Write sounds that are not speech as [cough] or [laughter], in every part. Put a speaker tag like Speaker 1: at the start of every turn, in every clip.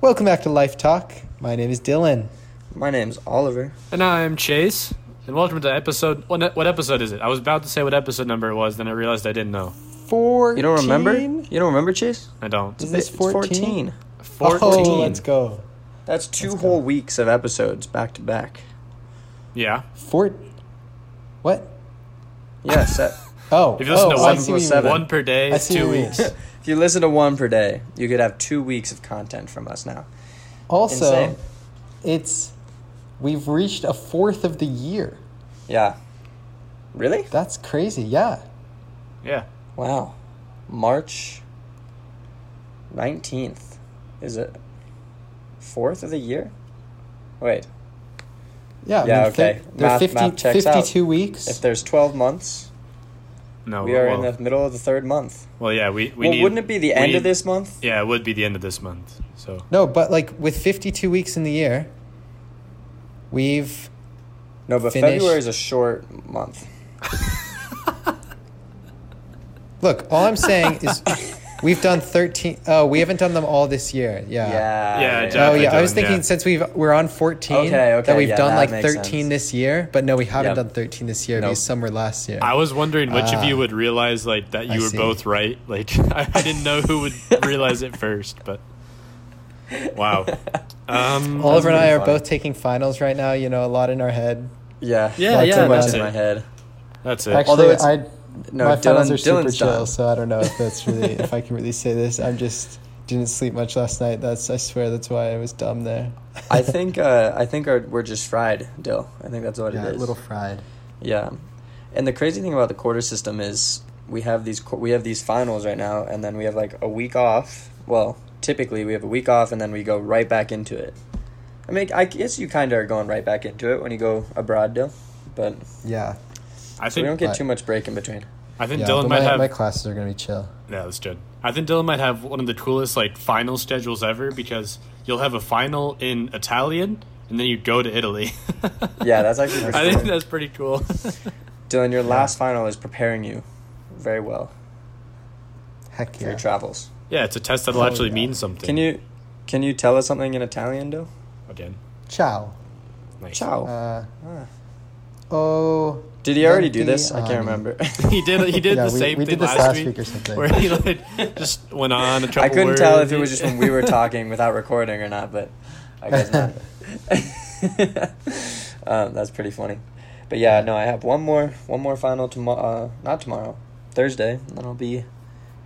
Speaker 1: Welcome back to Life Talk. My name is Dylan.
Speaker 2: My name's Oliver.
Speaker 3: And I'm Chase, and welcome to episode. What, what episode is it? I was about to say what episode number it was, then I realized I didn't know.
Speaker 1: Fourteen.
Speaker 2: You don't remember? You don't remember, Chase?
Speaker 3: I don't.
Speaker 1: Is this
Speaker 2: It's
Speaker 1: 14?
Speaker 3: Fourteen.
Speaker 1: Oh, let's go.
Speaker 2: That's 2
Speaker 1: Let's go.
Speaker 2: whole weeks of episodes back to back.
Speaker 3: Yeah.
Speaker 1: Four. What?
Speaker 2: Yes. [laughs] that-
Speaker 1: Oh.
Speaker 3: If you listen
Speaker 1: oh,
Speaker 3: to
Speaker 1: I
Speaker 3: one
Speaker 1: see what you
Speaker 2: plus seven.
Speaker 1: mean.
Speaker 3: One per day,
Speaker 1: I see
Speaker 3: two
Speaker 1: what you
Speaker 2: [laughs]
Speaker 3: weeks.
Speaker 1: mean.
Speaker 2: if you listen to one per day, you could have two weeks of content from us now.
Speaker 1: [laughs] Also,
Speaker 2: Insane.
Speaker 1: it's we've reached a fourth of the year.
Speaker 2: Yeah. Really?
Speaker 1: That's crazy. Yeah.
Speaker 3: Yeah.
Speaker 2: Wow. March 19th. Is it fourth of the year? Wait.
Speaker 1: Yeah. I
Speaker 2: Yeah,
Speaker 1: mean,
Speaker 2: okay.
Speaker 1: thi- There are
Speaker 2: Math-
Speaker 1: 50,
Speaker 2: math checks out.
Speaker 1: 52 weeks.
Speaker 2: If there's 12 months,
Speaker 3: No.
Speaker 2: we are
Speaker 3: Oh, well,
Speaker 2: in the middle of the third month.
Speaker 3: well, yeah. We, we
Speaker 2: Well,
Speaker 3: need,
Speaker 2: wouldn't it be the end
Speaker 3: we-
Speaker 2: of this month?
Speaker 3: Yeah, it would be the end of this month. So
Speaker 1: no, but like with 52 weeks in the year, we've
Speaker 2: No, but
Speaker 1: finish-
Speaker 2: February is a short month.
Speaker 1: Look, all I'm saying
Speaker 2: [laughs]
Speaker 1: is we've done 13 Oh, we haven't done them all this year. Yeah.
Speaker 2: Yeah.
Speaker 3: Yeah,
Speaker 1: Oh
Speaker 3: Exactly,
Speaker 1: yeah, I was
Speaker 3: Dylan,
Speaker 1: thinking
Speaker 3: yeah.
Speaker 1: since we've we're on 14
Speaker 2: Okay,
Speaker 1: that
Speaker 2: okay,
Speaker 1: we've
Speaker 2: yeah,
Speaker 1: done
Speaker 2: that
Speaker 1: like
Speaker 2: makes
Speaker 1: 13
Speaker 2: sense.
Speaker 1: this year, but no we haven't
Speaker 2: Yep.
Speaker 1: done 13 this year
Speaker 2: Nope.
Speaker 1: because some were last year.
Speaker 3: I was wondering which
Speaker 1: Ah.
Speaker 3: of you would realize like that you
Speaker 1: I
Speaker 3: were
Speaker 1: see.
Speaker 3: both right. Like [laughs] I, I didn't know who
Speaker 1: [laughs]
Speaker 3: would realize it first, but wow. Um,
Speaker 1: Oliver and I
Speaker 2: pretty
Speaker 1: are
Speaker 2: funny.
Speaker 1: both taking finals right now, you know, a lot in our head.
Speaker 2: Yeah.
Speaker 3: Yeah,
Speaker 2: not
Speaker 3: yeah,
Speaker 2: Too much
Speaker 3: that's
Speaker 2: in
Speaker 3: it.
Speaker 2: my head.
Speaker 3: that's it.
Speaker 1: Actually,
Speaker 2: Although it's-
Speaker 1: I
Speaker 2: No,
Speaker 1: my finals
Speaker 2: Dylan-
Speaker 1: are super
Speaker 2: Dylan's
Speaker 1: chill,
Speaker 2: done.
Speaker 1: so I don't know if that's
Speaker 2: [laughs]
Speaker 1: really if I can really say this. I'm just didn't sleep much last night. That's I swear that's why I was dumb there.
Speaker 2: I think uh, I think our, we're just fried, Dill. I think that's
Speaker 1: [laughs]
Speaker 2: what
Speaker 1: yeah,
Speaker 2: it is.
Speaker 1: little fried.
Speaker 2: Yeah, and the crazy thing about the quarter system is we have these qu- we have these finals right now, and then we have like a week off. Well, typically we have a week off, and then we go right back into it. I mean, I guess you kind of are going right back into it when you go abroad, Dill. But
Speaker 1: Yeah.
Speaker 3: I
Speaker 2: so we don't
Speaker 3: think
Speaker 2: get too much break in between.
Speaker 3: I think
Speaker 1: yeah,
Speaker 3: Dylan
Speaker 1: but
Speaker 3: might
Speaker 1: my,
Speaker 3: have
Speaker 1: my classes are gonna be chill.
Speaker 3: Yeah, that's good. I think Dylan might have one of the coolest like final schedules ever because you'll have a final in Italian and then you go to Italy. [laughs]
Speaker 2: Yeah, that's actually pretty
Speaker 3: I think
Speaker 2: cool.
Speaker 3: that's pretty cool.
Speaker 2: Dylan, your last final is preparing you very well
Speaker 1: Heck
Speaker 2: for
Speaker 1: yeah.
Speaker 2: your travels.
Speaker 3: yeah, it's a test that'll
Speaker 1: Oh,
Speaker 3: actually
Speaker 1: yeah.
Speaker 3: mean something.
Speaker 2: Can you can you tell us something in Italian, Dill?
Speaker 3: again?
Speaker 1: Ciao.
Speaker 3: Nice.
Speaker 2: Ciao.
Speaker 1: Uh,
Speaker 2: Ah.
Speaker 1: oh.
Speaker 2: Did he already do this? I
Speaker 1: Venti
Speaker 2: can't
Speaker 1: anni. [laughs]
Speaker 2: remember.
Speaker 3: He did. He did
Speaker 1: Yeah,
Speaker 3: the
Speaker 1: we-
Speaker 3: same
Speaker 1: we
Speaker 3: thing
Speaker 1: um, did this
Speaker 3: last,
Speaker 1: last
Speaker 3: week,
Speaker 1: week or something.
Speaker 3: [laughs] where
Speaker 1: [laughs]
Speaker 3: he like just went on a
Speaker 2: [laughs]
Speaker 3: couple.
Speaker 2: I couldn't tell if it was
Speaker 3: words.
Speaker 2: just when we were talking without recording or not, but I guess
Speaker 1: [laughs]
Speaker 2: not. [laughs] um, that's pretty funny. But yeah, no, I have one more one more final tomorrow. Uh, not tomorrow, Thursday, and then I'll be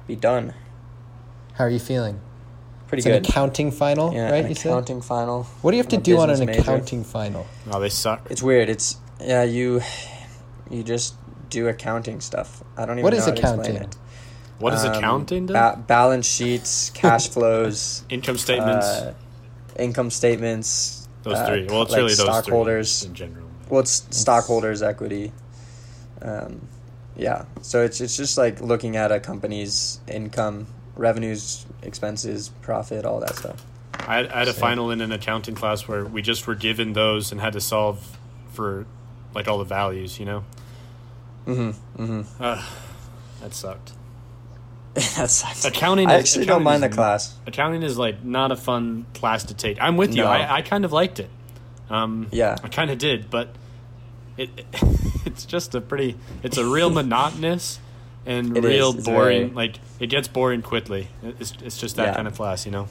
Speaker 2: be done.
Speaker 1: How are you feeling?
Speaker 2: Pretty
Speaker 1: It's an
Speaker 2: good.
Speaker 1: accounting final,
Speaker 2: yeah,
Speaker 1: right?
Speaker 2: an
Speaker 1: You said.
Speaker 2: accounting final.
Speaker 1: What do you have to
Speaker 2: I'm a
Speaker 1: do on an
Speaker 2: business major.
Speaker 1: accounting final?
Speaker 3: [laughs] oh, they suck.
Speaker 2: It's weird. It's yeah, you you just do accounting stuff. I don't even
Speaker 1: What
Speaker 2: know
Speaker 1: is
Speaker 2: how to explain
Speaker 1: accounting?
Speaker 2: it.
Speaker 3: What is
Speaker 2: Um,
Speaker 3: accounting? Dylan?
Speaker 2: ba- balance sheets, [laughs] cash flows,
Speaker 3: Income statements.
Speaker 2: uh, income statements.
Speaker 3: those
Speaker 2: uh,
Speaker 3: three. Well, it's
Speaker 2: like
Speaker 3: really those
Speaker 2: stockholders.
Speaker 3: three in general.
Speaker 2: Well, it's stockholders' equity. Um, yeah, so it's it's just like looking at a company's income, revenues, expenses, profit, all that stuff. [laughs]
Speaker 3: I had, I had a
Speaker 1: So-
Speaker 3: final in an accounting class where we just were given those and had to solve for like all the values, you know?
Speaker 2: Mm-hmm. Mm-hmm.
Speaker 3: Uh, that sucked.
Speaker 2: that sucks.
Speaker 3: Accounting
Speaker 2: I
Speaker 3: is-
Speaker 2: actually don't
Speaker 3: accounting
Speaker 2: mind the
Speaker 3: is-
Speaker 2: class.
Speaker 3: Accounting is like not a fun class to take. I'm with you.
Speaker 2: No.
Speaker 3: I, I kind of liked it. Um,
Speaker 2: Yeah.
Speaker 3: I kind of did, but it, [laughs] it's just a pretty, it's a
Speaker 2: [laughs]
Speaker 3: real monotonous and
Speaker 2: It is.
Speaker 3: real
Speaker 2: It's
Speaker 3: boring,
Speaker 2: very-
Speaker 3: like it gets boring quickly. It- It's, it's just that
Speaker 2: Yeah.
Speaker 3: kind of class, you know?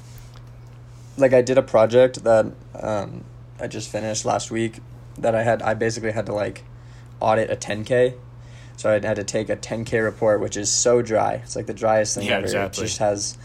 Speaker 2: Like I did a project that um, I just finished last week that I had I basically had to like audit a 10k. So I had to take a 10k report which is so dry. It's like the driest thing
Speaker 3: Yeah,
Speaker 2: ever.
Speaker 3: exactly.
Speaker 2: It just has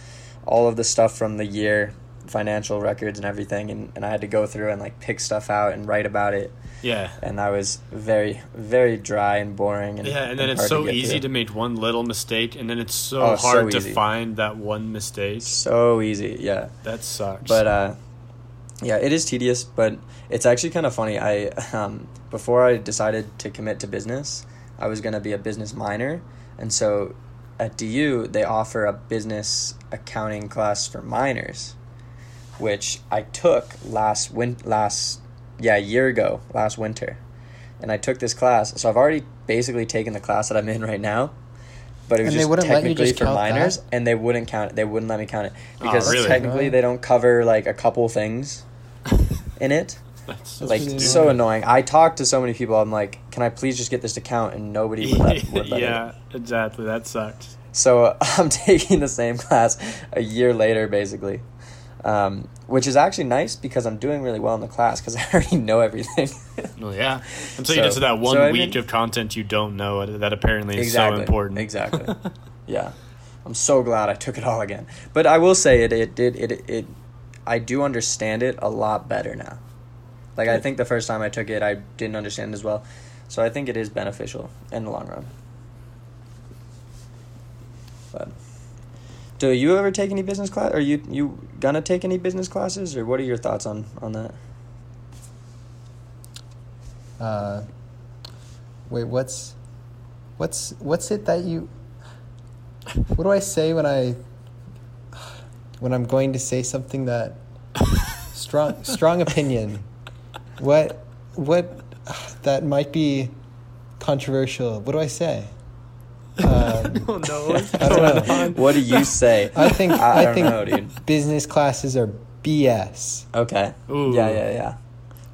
Speaker 2: all of the stuff from the year, financial records and everything and, and I had to go through and like pick stuff out and write about it
Speaker 3: Yeah.
Speaker 2: and I was very very dry and boring and
Speaker 3: Yeah, and then it's
Speaker 2: hard
Speaker 3: so
Speaker 2: get
Speaker 3: easy
Speaker 2: through.
Speaker 3: to make one little mistake, and then it's so
Speaker 2: Oh, so
Speaker 3: hard to
Speaker 2: easy.
Speaker 3: find that one mistake.
Speaker 2: so easy, yeah.
Speaker 3: That sucks.
Speaker 2: but uh, yeah, it is tedious, but it's actually kind of funny. I [laughs] um, before I decided to commit to business, I was gonna be a business minor, and so at DU they offer a business accounting class for minors, which I took last win last yeah a year ago last winter, and I took this class. So I've already basically taken the class that I'm in right now, but it was
Speaker 1: And they
Speaker 2: just
Speaker 1: wouldn't let you
Speaker 2: technically
Speaker 1: just
Speaker 2: for
Speaker 1: count that?
Speaker 2: minors, and they wouldn't count it. They wouldn't let me count it
Speaker 3: Oh,
Speaker 2: because
Speaker 3: really?
Speaker 2: technically
Speaker 1: No.
Speaker 2: they don't cover like a couple things in it.
Speaker 3: [laughs] That's,
Speaker 2: [laughs]
Speaker 3: that's
Speaker 2: like
Speaker 1: pretty
Speaker 3: stupid.
Speaker 2: so annoying. I talked to so many people. I'm like, can I please just get this to count? And nobody would
Speaker 3: [laughs]
Speaker 2: let, would let yeah.
Speaker 3: yeah, exactly. That sucked.
Speaker 2: So [laughs] uh, I'm taking the same class a year later, basically, um, which is actually nice because I'm doing really well in the class because I already know everything. [laughs]
Speaker 3: Well, yeah. And so, you
Speaker 2: So-
Speaker 3: get to that one
Speaker 2: so I
Speaker 3: week
Speaker 2: mean-
Speaker 3: of content you don't know uh, that apparently is so important. [laughs]
Speaker 2: Exactly. yeah. I'm so glad I took it all again. But I will say it it did it, it I do understand it a lot better now. Like I think the first time I took it I didn't understand as well. So I think it is beneficial in the long run. But do you ever take any business class? Are you you gonna take any business classes, or what are your thoughts on on that?
Speaker 1: Uh, wait, what's what's what's it that you? What do I say when I when I'm going to say something that strong strong opinion? What what that might be controversial? What do I say? Um,
Speaker 2: [laughs]
Speaker 3: don't know what's
Speaker 1: I don't know.
Speaker 2: What do you say?
Speaker 1: I think
Speaker 2: I,
Speaker 1: I,
Speaker 2: don't
Speaker 1: think
Speaker 2: know, dude.
Speaker 1: business classes are BS.
Speaker 2: Okay.
Speaker 3: Ooh.
Speaker 2: Yeah, yeah, yeah.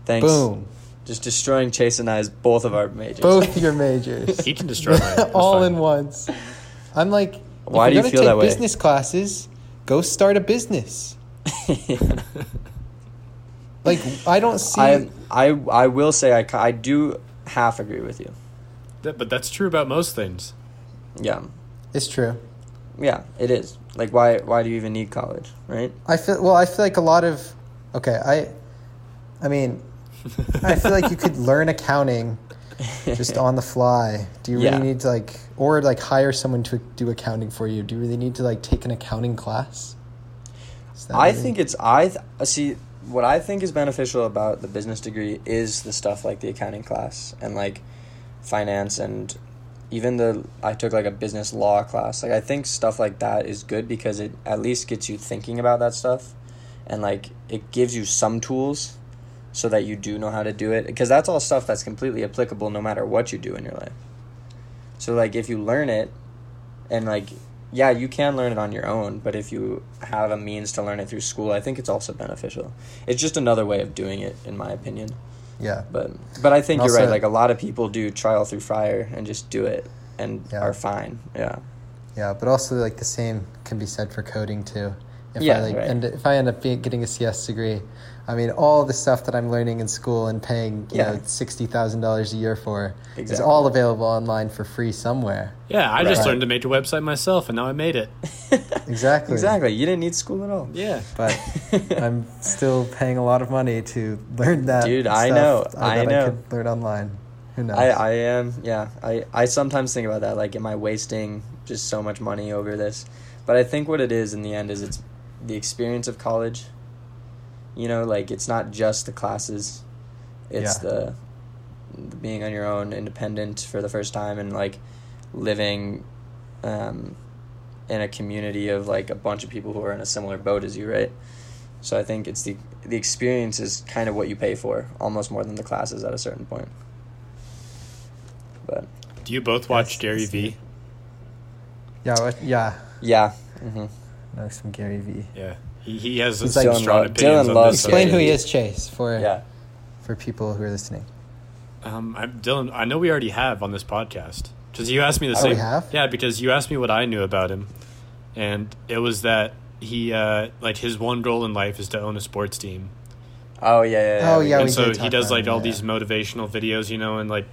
Speaker 2: Thanks.
Speaker 1: Boom.
Speaker 2: Just destroying Chase and I's both of our majors. [laughs]
Speaker 1: Both your majors.
Speaker 3: He can destroy my
Speaker 1: [laughs] all in
Speaker 3: assignment.
Speaker 1: once. I'm like, if
Speaker 2: Why do
Speaker 1: you're gonna
Speaker 2: you feel
Speaker 1: take
Speaker 2: that way?
Speaker 1: Business classes, go start a business. Like I don't see.
Speaker 2: I, I, I will say I, ca- I do half agree with you.
Speaker 3: That- but that's true about most things.
Speaker 2: Yeah,
Speaker 1: it's true.
Speaker 2: yeah, it is. Like, why, why do you even need college, right?
Speaker 1: I feel well. I feel like a lot of. Okay, I. I mean, I feel like you could learn accounting just on the fly. Do you really
Speaker 2: Yeah.
Speaker 1: need to like, or like hire someone to do accounting for you? Do you really need to like take an accounting class? Is that
Speaker 2: I
Speaker 1: really-
Speaker 2: think it's I th- see what I think is beneficial about the business degree is the stuff like the accounting class and like finance and even the I took like a business law class. Like I think stuff like that is good because it at least gets you thinking about that stuff and like it gives you some tools so that you do know how to do it because that's all stuff that's completely applicable no matter what you do in your life. So like if you learn it and like yeah, you can learn it on your own, but if you have a means to learn it through school, I think it's also beneficial. It's just another way of doing it in my opinion.
Speaker 1: yeah.
Speaker 2: But but I think
Speaker 1: And
Speaker 2: you're right.
Speaker 1: also-
Speaker 2: Like a lot of people do trial through fire and just do it and
Speaker 1: Yeah.
Speaker 2: are fine. Yeah.
Speaker 1: Yeah, but also like the same can be said for coding too. If I
Speaker 2: Yeah,
Speaker 1: like
Speaker 2: right.
Speaker 1: end, if I end up being, getting a CS degree, I mean all the stuff that I'm learning in school and paying you
Speaker 2: Yeah.
Speaker 1: know sixty thousand dollars a year for is
Speaker 2: Exactly.
Speaker 1: all available online for free
Speaker 2: [laughs]
Speaker 1: somewhere.
Speaker 3: Yeah, I just
Speaker 2: Right.
Speaker 3: learned to make a website myself, and now I made it.
Speaker 1: Exactly.
Speaker 2: Exactly. You didn't need school at all.
Speaker 3: Yeah.
Speaker 2: [laughs]
Speaker 1: But I'm still paying a lot of money to learn that.
Speaker 2: Dude, I
Speaker 1: stuff
Speaker 2: know,
Speaker 1: that
Speaker 2: I know.
Speaker 1: could learn online. Who knows?
Speaker 2: I, I am yeah. I, I sometimes think about that, like am I wasting just so much money over this? But I think what it is in the end is it's the experience of college. You know, like it's not just the classes. It's
Speaker 1: Yeah.
Speaker 2: the the being on your own, independent for the first time and like living um in a community of like a bunch of people who are in a similar boat as you, right? So I think it's the the experience is kind of what you pay for, almost more than the classes at a certain point. But
Speaker 3: Do you both watch
Speaker 1: That's-
Speaker 3: Gary
Speaker 1: that's
Speaker 3: Vee?
Speaker 1: yeah, what, yeah.
Speaker 2: yeah, hmm
Speaker 1: Know some Gary Vee.
Speaker 3: Yeah. He, he has
Speaker 1: He's
Speaker 3: some
Speaker 1: like-
Speaker 3: strong
Speaker 2: Dylan
Speaker 3: opinions on
Speaker 2: loves
Speaker 3: this.
Speaker 1: Explain
Speaker 2: Gary
Speaker 1: who he
Speaker 2: Vee.
Speaker 1: is, Chase, for
Speaker 2: yeah,
Speaker 1: for people who are listening.
Speaker 3: Um, I, Dylan, I know we already have on this podcast because you asked me the
Speaker 1: Oh,
Speaker 3: same.
Speaker 1: we have?
Speaker 3: Yeah, because you asked me what I knew about him, and it was that he uh, like his one goal in life is to own a sports team,
Speaker 2: oh yeah, yeah,
Speaker 1: Oh,
Speaker 2: we
Speaker 1: yeah,
Speaker 2: did.
Speaker 1: we
Speaker 3: and so
Speaker 1: did
Speaker 3: he
Speaker 1: talk
Speaker 3: does
Speaker 1: about
Speaker 3: like
Speaker 1: him,
Speaker 3: all
Speaker 1: yeah.
Speaker 3: these motivational videos, you know, and like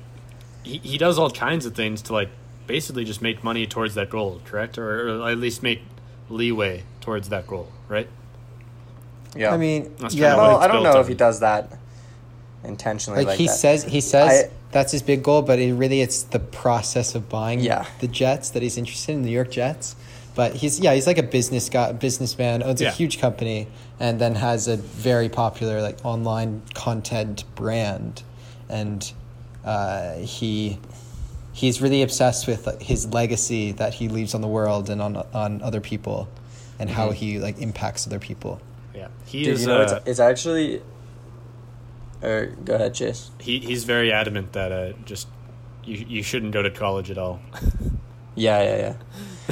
Speaker 3: he he does all kinds of things to like basically just make money towards that goal, correct, or, or at least make leeway towards that goal, right?
Speaker 2: yeah.
Speaker 1: I mean,
Speaker 3: That's
Speaker 1: yeah.
Speaker 3: kinda what
Speaker 2: well,
Speaker 3: it's
Speaker 2: I don't
Speaker 3: built
Speaker 2: know
Speaker 3: on.
Speaker 2: if he does that intentionally.
Speaker 1: like,
Speaker 2: Like,
Speaker 1: he
Speaker 2: that.
Speaker 1: says he says
Speaker 2: I-
Speaker 1: that's his big goal but it really it's the process of buying
Speaker 2: Yeah.
Speaker 1: the jets that he's interested in the new york jets but he's yeah he's like a business guy businessman owns
Speaker 3: Yeah.
Speaker 1: a huge company and then has a very popular like online content brand and uh, he he's really obsessed with like, his legacy that he leaves on the world and on on other people and how
Speaker 2: Mhm.
Speaker 1: he like impacts other people
Speaker 3: Yeah, he
Speaker 2: Dude,
Speaker 3: is.
Speaker 2: you know,
Speaker 3: uh,
Speaker 2: it's, it's actually. Or go ahead, Chase.
Speaker 3: he he's very adamant that uh, just you you shouldn't go to college at all. [laughs]
Speaker 2: Yeah, yeah,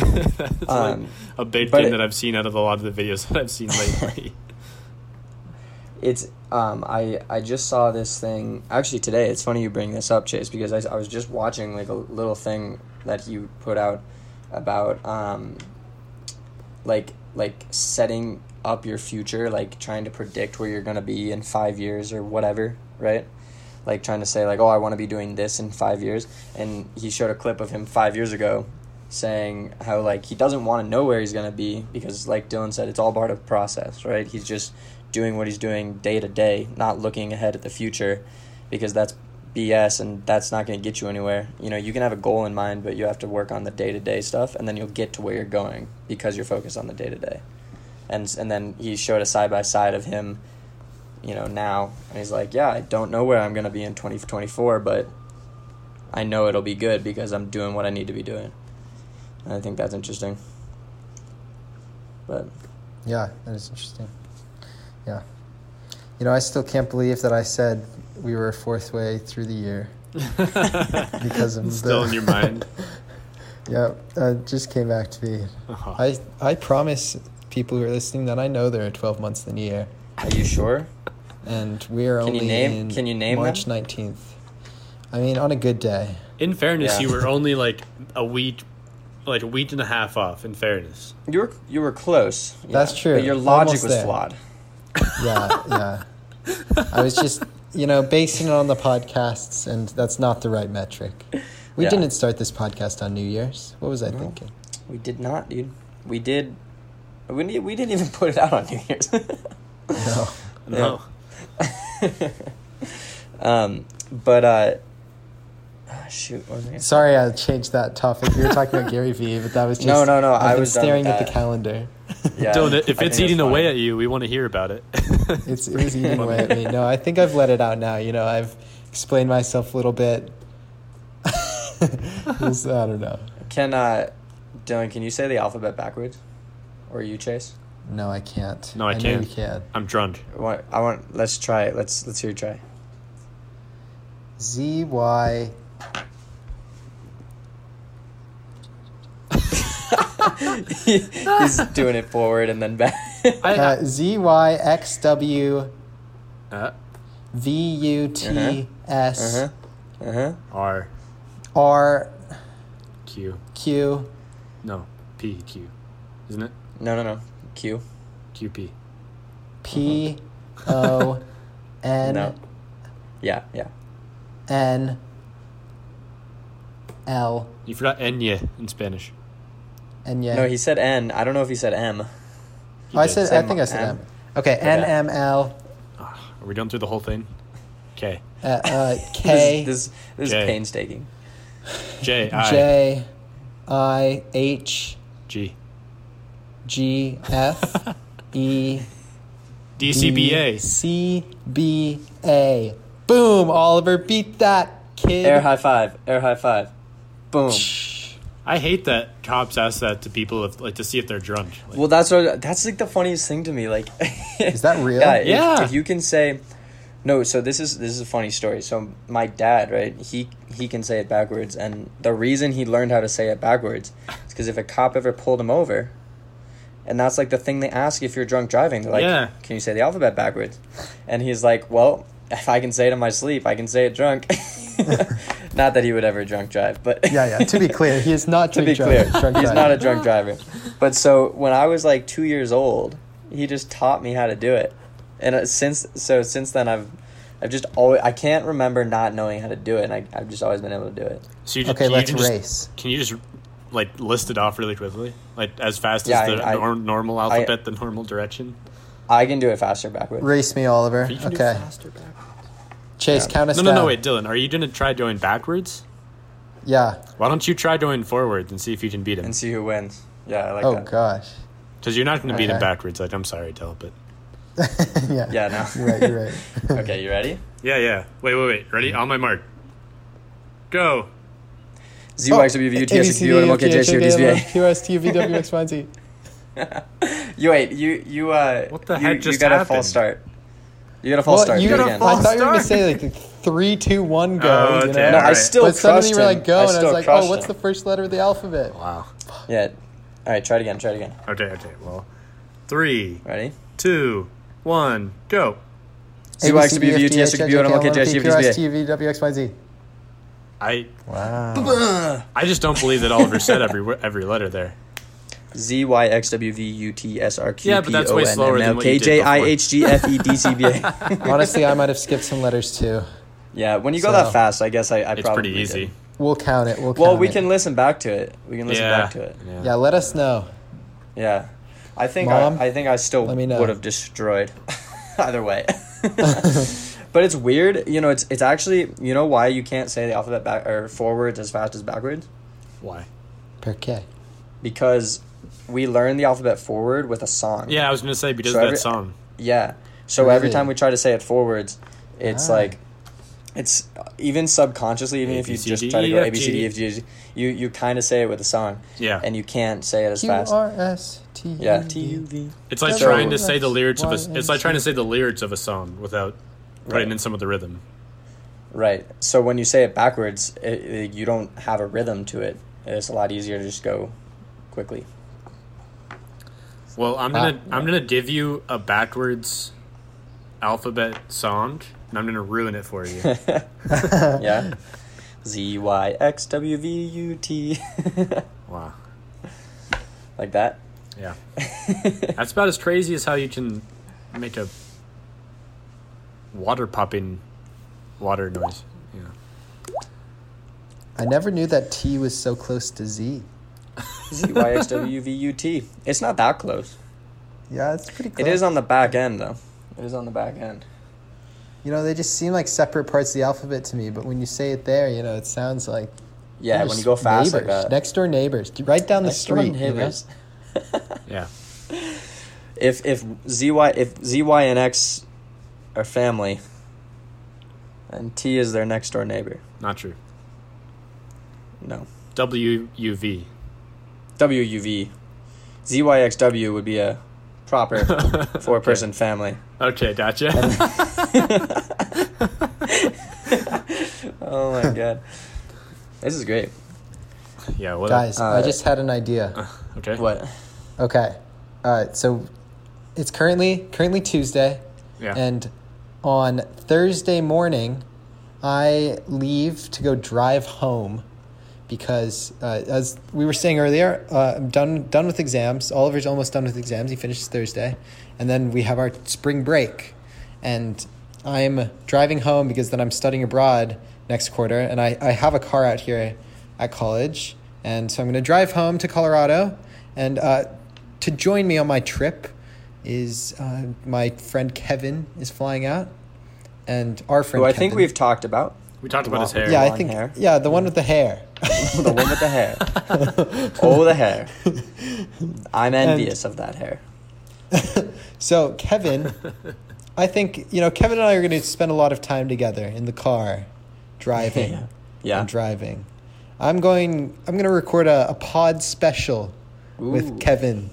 Speaker 2: yeah.
Speaker 3: That's
Speaker 2: Um,
Speaker 3: like a big
Speaker 2: but
Speaker 3: thing
Speaker 2: it-
Speaker 3: that I've seen out of a lot of the videos [laughs] that I've seen lately.
Speaker 2: it's um I I just saw this thing actually today. It's funny you bring this up, Chase, because I I was just watching like a little thing that you put out about um like like setting up your future, like trying to predict where you're gonna be in five years or whatever, right? Like trying to say like, oh, I want to be doing this in five years, and he showed a clip of him five years ago saying how like he doesn't want to know where he's going to be because like Dylan said it's all part of process right he's just doing what he's doing day to day not looking ahead at the future because that's BS and that's not going to get you anywhere you know you can have a goal in mind but you have to work on the day to day stuff and then you'll get to where you're going because you're focused on the day to day and and then he showed a side by side of him you know now and he's like yeah I don't know where I'm going to be in 2024 but I know it'll be good because I'm doing what I need to be doing and I think that's interesting. But
Speaker 1: Yeah, that is interesting. Yeah. You know, I still can't believe that I said we were fourth way through the year
Speaker 3: [laughs]
Speaker 1: because of
Speaker 3: Still
Speaker 1: the,
Speaker 3: in your mind.
Speaker 1: [laughs] Yeah, uh, it just came back to me. I I promise people who are listening that I know there are 12 months in a year
Speaker 2: are you sure?
Speaker 1: and we are
Speaker 2: Can you
Speaker 1: only
Speaker 2: name-
Speaker 1: in
Speaker 2: can you name
Speaker 1: March
Speaker 2: them?
Speaker 1: 19th. I mean, on a good day.
Speaker 3: In fairness,
Speaker 2: Yeah.
Speaker 3: you were only like a week, like a week and a half off. In fairness,
Speaker 2: You were you were close. yeah,
Speaker 1: That's true.
Speaker 2: But your logic
Speaker 1: Almost
Speaker 2: was
Speaker 1: there.
Speaker 2: flawed.
Speaker 1: Yeah, yeah. I was just, you know, basing it on the podcasts and that's not the right metric. We
Speaker 2: Yeah.
Speaker 1: didn't start this podcast on New Year's. What was I thinking?
Speaker 2: We did not, dude. We did. We didn't, we didn't [laughs] even put it out on New Year's. [laughs]
Speaker 1: No.
Speaker 3: no.
Speaker 2: um, but uh, ah, shoot. What was I gonna say?
Speaker 1: Sorry, I changed that topic. We were talking about Gary Vee, but that was just
Speaker 2: No, no, no,
Speaker 1: I've
Speaker 2: I
Speaker 1: been
Speaker 2: was done
Speaker 1: staring
Speaker 2: with
Speaker 1: at the
Speaker 2: that.
Speaker 1: calendar.
Speaker 2: Yeah,
Speaker 3: Dylan,
Speaker 2: I
Speaker 3: if
Speaker 2: think
Speaker 3: it's
Speaker 2: that's
Speaker 3: eating away
Speaker 2: fine.
Speaker 3: at you, we want to hear about it.
Speaker 1: It's it was eating away at
Speaker 2: [laughs]
Speaker 1: me. No, I think I've let it out now. You know, I've explained myself a little bit. [laughs] It was- I don't know.
Speaker 2: can uh, Dylan, can you say the alphabet backwards, or you Chase?
Speaker 1: No, I can't.
Speaker 3: No, I
Speaker 1: know you
Speaker 3: can't.
Speaker 1: can.
Speaker 3: [laughs] I'm drunk.
Speaker 2: I want. I want let's try it. Let's let's hear you try. [laughs]
Speaker 1: Z Y. [laughs]
Speaker 2: He's doing it forward and then back. [laughs]
Speaker 3: I,
Speaker 1: Uh, Z Y X W
Speaker 3: uh,
Speaker 1: V U T S
Speaker 2: Uh huh. Uh huh.
Speaker 3: R
Speaker 1: R
Speaker 3: Q
Speaker 1: Q.
Speaker 3: no P Q, isn't it?
Speaker 2: No, no, no. Q.
Speaker 3: Q P.
Speaker 1: P O N
Speaker 2: no. Yeah, yeah.
Speaker 1: N L
Speaker 3: You forgot Enye in Spanish.
Speaker 1: and yeah.
Speaker 2: No, he said N. I don't know if he said M.
Speaker 3: You
Speaker 1: Oh, I
Speaker 3: did.
Speaker 1: said. I
Speaker 2: Same
Speaker 1: think I said
Speaker 2: M.
Speaker 1: M. Okay, N M L
Speaker 3: Are we done through the whole thing? Okay.
Speaker 1: uh, uh, K
Speaker 2: [laughs] This this, this
Speaker 3: J.
Speaker 2: is painstaking.
Speaker 3: J I
Speaker 1: J I H
Speaker 3: G
Speaker 1: G F E
Speaker 3: D [laughs] C B
Speaker 1: B
Speaker 3: A.
Speaker 1: C B A. Boom, Oliver, beat that kid.
Speaker 2: Air high five. Air high five. Boom.
Speaker 3: I hate that cops ask that to people if, like to see if they're drunk. Like,
Speaker 2: Well, that's what that's like the funniest thing to me. Like, is [laughs]
Speaker 1: that real?
Speaker 2: Yeah. if-
Speaker 3: Yeah.
Speaker 2: If, you can say, no. So this is this is a funny story. So my dad, right? He he can say it backwards, and the reason he learned how to say it backwards is because if a cop ever pulled him over, and that's like the thing they ask if you're drunk driving. They're like,
Speaker 3: Yeah.
Speaker 2: can you say the alphabet backwards? And he's like, well, if I can say it in my sleep, I can say it
Speaker 1: [laughs]
Speaker 2: drunk. [laughs] not that he would ever drunk drive, but
Speaker 1: Yeah, yeah. To be clear, he is not
Speaker 2: [laughs] to be
Speaker 1: drunk
Speaker 2: clear,
Speaker 1: driving. Drunk
Speaker 2: he's
Speaker 1: driving.
Speaker 2: not a drunk driver. But so when I was like two years old, he just taught me how to do it, and uh, since so since then I've I've just always I can't remember not knowing how to do it, and I, I've just always been able to do it.
Speaker 3: so you, ju-
Speaker 1: Okay,
Speaker 3: you
Speaker 1: let's
Speaker 3: can just-
Speaker 1: race.
Speaker 3: Can you just like list it off really quickly, like as fast
Speaker 2: Yeah,
Speaker 3: as the
Speaker 2: I- I-
Speaker 3: nor- normal alphabet, the normal direction?
Speaker 2: I can do it faster backwards.
Speaker 1: Race me, Oliver.
Speaker 3: You can do
Speaker 1: Okay.
Speaker 3: faster backwards.
Speaker 1: Chase, count us
Speaker 3: No, no,
Speaker 1: down.
Speaker 3: no, wait, Dylan, are you gonna try going backwards?
Speaker 1: Yeah.
Speaker 3: Why don't you try going forwards and see if you can beat him?
Speaker 2: and see who wins. Yeah, I like
Speaker 1: Oh
Speaker 2: that.
Speaker 1: gosh. [laughs]
Speaker 3: Because you're not gonna beat him
Speaker 1: Okay.
Speaker 3: backwards. Like I'm sorry, Dylan, but
Speaker 1: yeah.
Speaker 2: Yeah, no.
Speaker 1: You're right. You're right.
Speaker 2: [laughs] Okay, you ready?
Speaker 3: yeah, yeah. Wait, wait, wait. Ready? On my mark. Go.
Speaker 2: Z Y X W U T S Q M O K J C U D S V A. [laughs]
Speaker 1: QSTUVWXYZ.
Speaker 2: You wait, you you uh
Speaker 3: What the
Speaker 2: you,
Speaker 3: heck
Speaker 2: you
Speaker 3: just
Speaker 2: got a
Speaker 3: happened?
Speaker 2: false start. You got a false
Speaker 1: Well,
Speaker 2: start.
Speaker 1: you-
Speaker 2: Do it
Speaker 1: I
Speaker 2: again.
Speaker 1: thought you were gonna
Speaker 4: start.
Speaker 1: say like three, two, one, go.
Speaker 4: Oh,
Speaker 1: you
Speaker 4: okay.
Speaker 1: know?
Speaker 2: No, I
Speaker 4: Alright.
Speaker 2: still
Speaker 1: but suddenly
Speaker 2: crushed
Speaker 1: you were like,
Speaker 2: him.
Speaker 1: go, and I
Speaker 2: still
Speaker 1: was like, oh,
Speaker 2: crushed
Speaker 1: what's
Speaker 2: him.
Speaker 1: the first letter of the alphabet?
Speaker 4: Wow.
Speaker 2: Yeah. All right, try it again. Try it again.
Speaker 3: Okay, okay. Well, three,
Speaker 2: Ready?
Speaker 3: two, one, go.
Speaker 2: CYX to be UTS to be
Speaker 1: E
Speaker 2: [laughs]
Speaker 1: WXYZ.
Speaker 3: I
Speaker 1: Wow.
Speaker 3: I just don't believe that Oliver said every wo- every letter there.
Speaker 2: Z Y X W V U T S R Q
Speaker 3: Yeah, but that's way slower than what you
Speaker 2: K
Speaker 3: did
Speaker 2: J I H G F E D C B A.
Speaker 3: [laughs]
Speaker 1: Honestly, I might have skipped some letters too.
Speaker 2: Yeah, when you go
Speaker 1: So-
Speaker 2: that fast, I guess I, I
Speaker 3: It's
Speaker 2: probably
Speaker 3: pretty easy.
Speaker 2: did.
Speaker 1: We'll count it. We'll count
Speaker 2: Well, we
Speaker 1: it.
Speaker 2: can listen back to it. We can listen
Speaker 3: yeah.
Speaker 2: back to it.
Speaker 3: Yeah.
Speaker 1: Yeah, let us
Speaker 2: [laughs]
Speaker 1: know.
Speaker 2: Yeah, I think I,
Speaker 1: Mom,
Speaker 2: I think I still
Speaker 1: let me know.
Speaker 2: would have destroyed [laughs] either way. [laughs] but it's weird, you know. It's it's actually you know why you can't say the alphabet back or forwards as fast as backwards
Speaker 3: Why?
Speaker 1: Per K.
Speaker 2: because we learn the alphabet forward with a song.
Speaker 3: Yeah, I was gonna say because
Speaker 2: So
Speaker 3: of
Speaker 2: every-
Speaker 3: that song.
Speaker 2: Yeah. So every
Speaker 1: Really?
Speaker 2: time we try to say it forwards, it's
Speaker 1: Ah.
Speaker 2: like, it's even subconsciously, even
Speaker 3: A,
Speaker 2: if
Speaker 3: B,
Speaker 2: you
Speaker 3: C,
Speaker 2: just
Speaker 3: D,
Speaker 2: try to
Speaker 3: E,
Speaker 2: go
Speaker 3: F,
Speaker 2: A B C D F G, H, you you kind of say it with a song.
Speaker 3: Yeah.
Speaker 2: And you can't say it as
Speaker 1: Q
Speaker 2: fast.
Speaker 1: R S T U
Speaker 2: Yeah.
Speaker 1: V.
Speaker 3: It's like
Speaker 1: So-
Speaker 3: trying to say the lyrics of a.
Speaker 1: Why and
Speaker 3: It's like trying to say the lyrics of a song without putting in some of the rhythm.
Speaker 2: Right. So when you say it backwards, it, it- you don't have a rhythm to it. It's a lot easier to just go quickly.
Speaker 3: Well, I'm gonna I'm gonna give you a backwards alphabet song, and I'm gonna ruin it for
Speaker 2: [laughs]
Speaker 3: you.
Speaker 1: Uh.
Speaker 2: Yeah. Z Y X W V U T. [laughs]
Speaker 3: wow.
Speaker 2: Like that.
Speaker 3: Yeah. That's about as crazy as how you can make a water popping water noise. Yeah.
Speaker 1: I never knew that T was so close to Z.
Speaker 2: Z Y X W V U T. It's not that close.
Speaker 1: Yeah, it's pretty close.
Speaker 2: It is on the back end, though. It is on the back end.
Speaker 1: You know, they just seem like separate parts of the alphabet to me, but when you say it there, you know, it sounds like
Speaker 2: Yeah,
Speaker 1: they're
Speaker 2: when you
Speaker 1: just
Speaker 2: go fast like uh,
Speaker 1: neighbors,
Speaker 2: that.
Speaker 1: Next door neighbors, right down the
Speaker 2: Next door
Speaker 1: street.
Speaker 2: neighbors.
Speaker 3: Yeah.
Speaker 2: If if ZY if ZY and X are family and T is their next door neighbor.
Speaker 3: Not true.
Speaker 2: No.
Speaker 3: W U V.
Speaker 2: WUV. ZYXW would be a
Speaker 1: [laughs]
Speaker 2: proper four person family.
Speaker 3: Okay, gotcha.
Speaker 2: Oh
Speaker 1: [laughs]
Speaker 2: my god. This is great.
Speaker 3: yeah, what
Speaker 1: Guys,
Speaker 2: Uh,
Speaker 1: I just had an idea.
Speaker 3: up? Okay.
Speaker 2: What?
Speaker 1: Okay. All right, so it's currently currently Tuesday
Speaker 3: Yeah.
Speaker 1: and on Thursday morning I leave to go drive home because uh, as we were saying earlier, uh, I'm done done with exams. Oliver's almost done with exams. He finishes Thursday, and then we have our spring break, and I'm driving home because then I'm studying abroad next quarter, and I, I have a car out here at college, and so I'm going to drive home to Colorado, and uh, to join me on my trip is uh, my friend Kevin is flying out, and our friend
Speaker 2: Who I
Speaker 1: Kevin,
Speaker 2: think we've talked about. [laughs]
Speaker 3: we talked about his hair.
Speaker 1: yeah I
Speaker 2: long
Speaker 1: think
Speaker 2: hair.
Speaker 1: yeah the one with the hair.
Speaker 2: The one with
Speaker 1: [laughs]
Speaker 2: the hair. oh the hair. I'm envious of that hair.
Speaker 1: So
Speaker 3: [laughs]
Speaker 1: Kevin, I think you know Kevin and I are going to spend a lot of time together in the car, driving.
Speaker 3: [laughs]
Speaker 2: Yeah.
Speaker 1: and driving. I'm going. I'm going to record a, a pod special
Speaker 2: Ooh.
Speaker 1: with Kevin.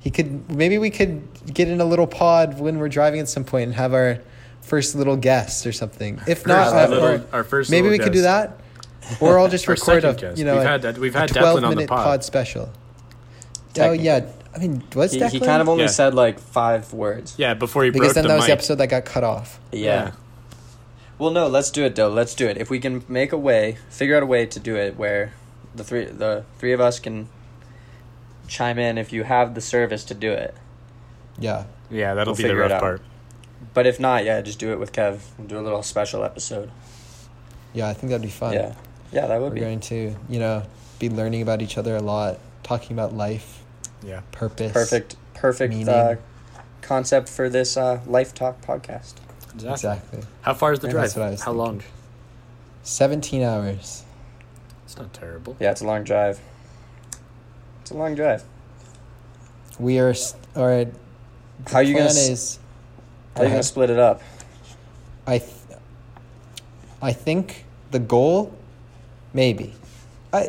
Speaker 1: He could maybe we could get in a little pod when we're driving at some point and have our first little guest or something. If not,
Speaker 3: First
Speaker 1: uh,
Speaker 3: little-
Speaker 1: or
Speaker 3: our first
Speaker 1: maybe
Speaker 3: little
Speaker 1: we could do
Speaker 3: guest.
Speaker 1: that. Or I'll just
Speaker 3: [laughs] Our
Speaker 1: record
Speaker 3: second
Speaker 1: a
Speaker 3: guest.
Speaker 1: you know
Speaker 3: We've
Speaker 1: a-
Speaker 3: had that- we've
Speaker 1: a
Speaker 3: had Declan on the
Speaker 1: 12 minute
Speaker 3: pod.
Speaker 1: special. Oh
Speaker 2: Technically.
Speaker 1: yeah, I mean was
Speaker 2: He,
Speaker 1: Declan?
Speaker 2: he kind of only
Speaker 3: Yeah.
Speaker 2: said like five words.
Speaker 3: Yeah, before he
Speaker 1: because
Speaker 3: broke
Speaker 1: then
Speaker 3: the
Speaker 1: that was the
Speaker 3: mic.
Speaker 1: episode that got cut off.
Speaker 2: Yeah. Well, no, let's do it though. Let's do it. If we can make a way, figure out a way to do it where the three the three of us can chime in if you have the service to do it.
Speaker 1: Yeah.
Speaker 3: Yeah, that'll
Speaker 2: We'll
Speaker 3: be the
Speaker 2: figure it
Speaker 3: rough
Speaker 2: out.
Speaker 3: part.
Speaker 2: But if not, yeah, just do it with Kev. We'll do a little special episode.
Speaker 1: Yeah, I think that'd be fun.
Speaker 2: Yeah. Yeah, that would
Speaker 1: We're
Speaker 2: be.
Speaker 1: going to, you know, be learning about each other a lot, talking about life,
Speaker 3: Yeah.
Speaker 1: purpose.
Speaker 2: Perfect perfect
Speaker 1: Meaning.
Speaker 2: uh, concept for this uh, Life Talk podcast.
Speaker 3: Exactly.
Speaker 1: Exactly.
Speaker 3: How far is the
Speaker 1: Yeah,
Speaker 3: drive?
Speaker 1: that's what I was
Speaker 3: How
Speaker 1: thinking.
Speaker 3: long?
Speaker 1: 17 hours.
Speaker 3: It's not terrible.
Speaker 2: Yeah, it's a long drive. It's a long drive.
Speaker 1: We are, s- or the
Speaker 2: How you
Speaker 1: plan
Speaker 2: going to
Speaker 1: is,
Speaker 2: how you going to
Speaker 1: ahead.
Speaker 2: split it up?
Speaker 1: I, th- I think the goal, maybe. I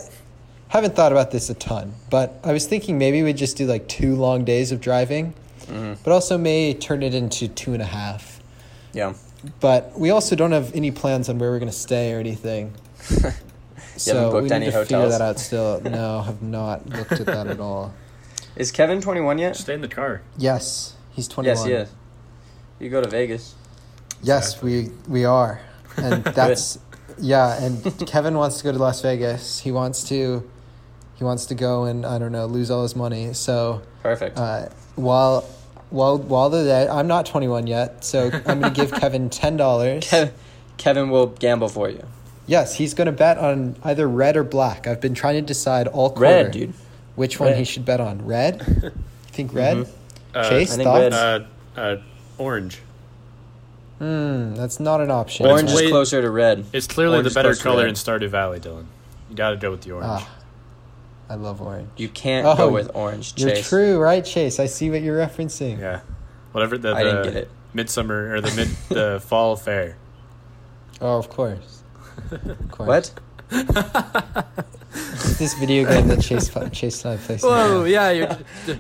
Speaker 1: haven't thought about this a ton, but I was thinking maybe we'd just do like two long days of driving, but also may turn it into two and a half.
Speaker 2: Yeah.
Speaker 1: But we also don't have any plans on where we're going to stay or anything. so
Speaker 2: booked
Speaker 1: we need
Speaker 2: any
Speaker 1: to figure
Speaker 2: hotels?
Speaker 1: that out still. No, [laughs] have not looked at that at all.
Speaker 2: [laughs] Is Kevin 21 yet?
Speaker 3: Stay in the car.
Speaker 1: Yes, he's 21.
Speaker 2: Yes, he is. You go to Vegas.
Speaker 1: Yes, we we are,
Speaker 2: [laughs]
Speaker 1: and that's yeah. And Kevin wants to go to Las Vegas. He wants to, he wants to go and I don't know lose all his money. So
Speaker 2: Perfect.
Speaker 1: uh, while while while they're there, I'm not 21 yet, so I'm gonna
Speaker 2: [laughs]
Speaker 1: give Kevin ten dollars.
Speaker 2: Kev- Kevin will gamble for you.
Speaker 1: Yes, he's gonna bet on either red or black. I've been trying to decide all quarter
Speaker 2: Red, dude.
Speaker 1: which one he
Speaker 2: Red.
Speaker 1: should bet on.
Speaker 3: [laughs]
Speaker 1: Red, think red.
Speaker 3: Uh,
Speaker 1: Chase
Speaker 2: I think
Speaker 1: thoughts.
Speaker 2: red.
Speaker 3: Uh, uh, orange.
Speaker 1: Hmm, that's not an option.
Speaker 2: Orange is
Speaker 3: way-
Speaker 2: closer to red.
Speaker 3: It's clearly
Speaker 2: Orange
Speaker 3: the better
Speaker 2: close to
Speaker 3: color
Speaker 2: red.
Speaker 3: in Stardew Valley, Dylan. You got to go with the orange.
Speaker 1: Ah, I love orange.
Speaker 2: You can't
Speaker 1: Oh,
Speaker 2: go with orange,
Speaker 1: You're
Speaker 2: Chase.
Speaker 1: true, right, Chase? I see what you're referencing.
Speaker 3: Yeah, whatever the, the
Speaker 2: I didn't get it.
Speaker 3: midsummer or the mid the
Speaker 2: [laughs]
Speaker 3: fall fair.
Speaker 1: Oh, of
Speaker 3: [laughs]
Speaker 1: course. Of course.
Speaker 2: What?
Speaker 1: This video game that Chase fu- Chase and I play.
Speaker 3: Whoa,
Speaker 1: sometimes.
Speaker 3: yeah, [laughs] you're,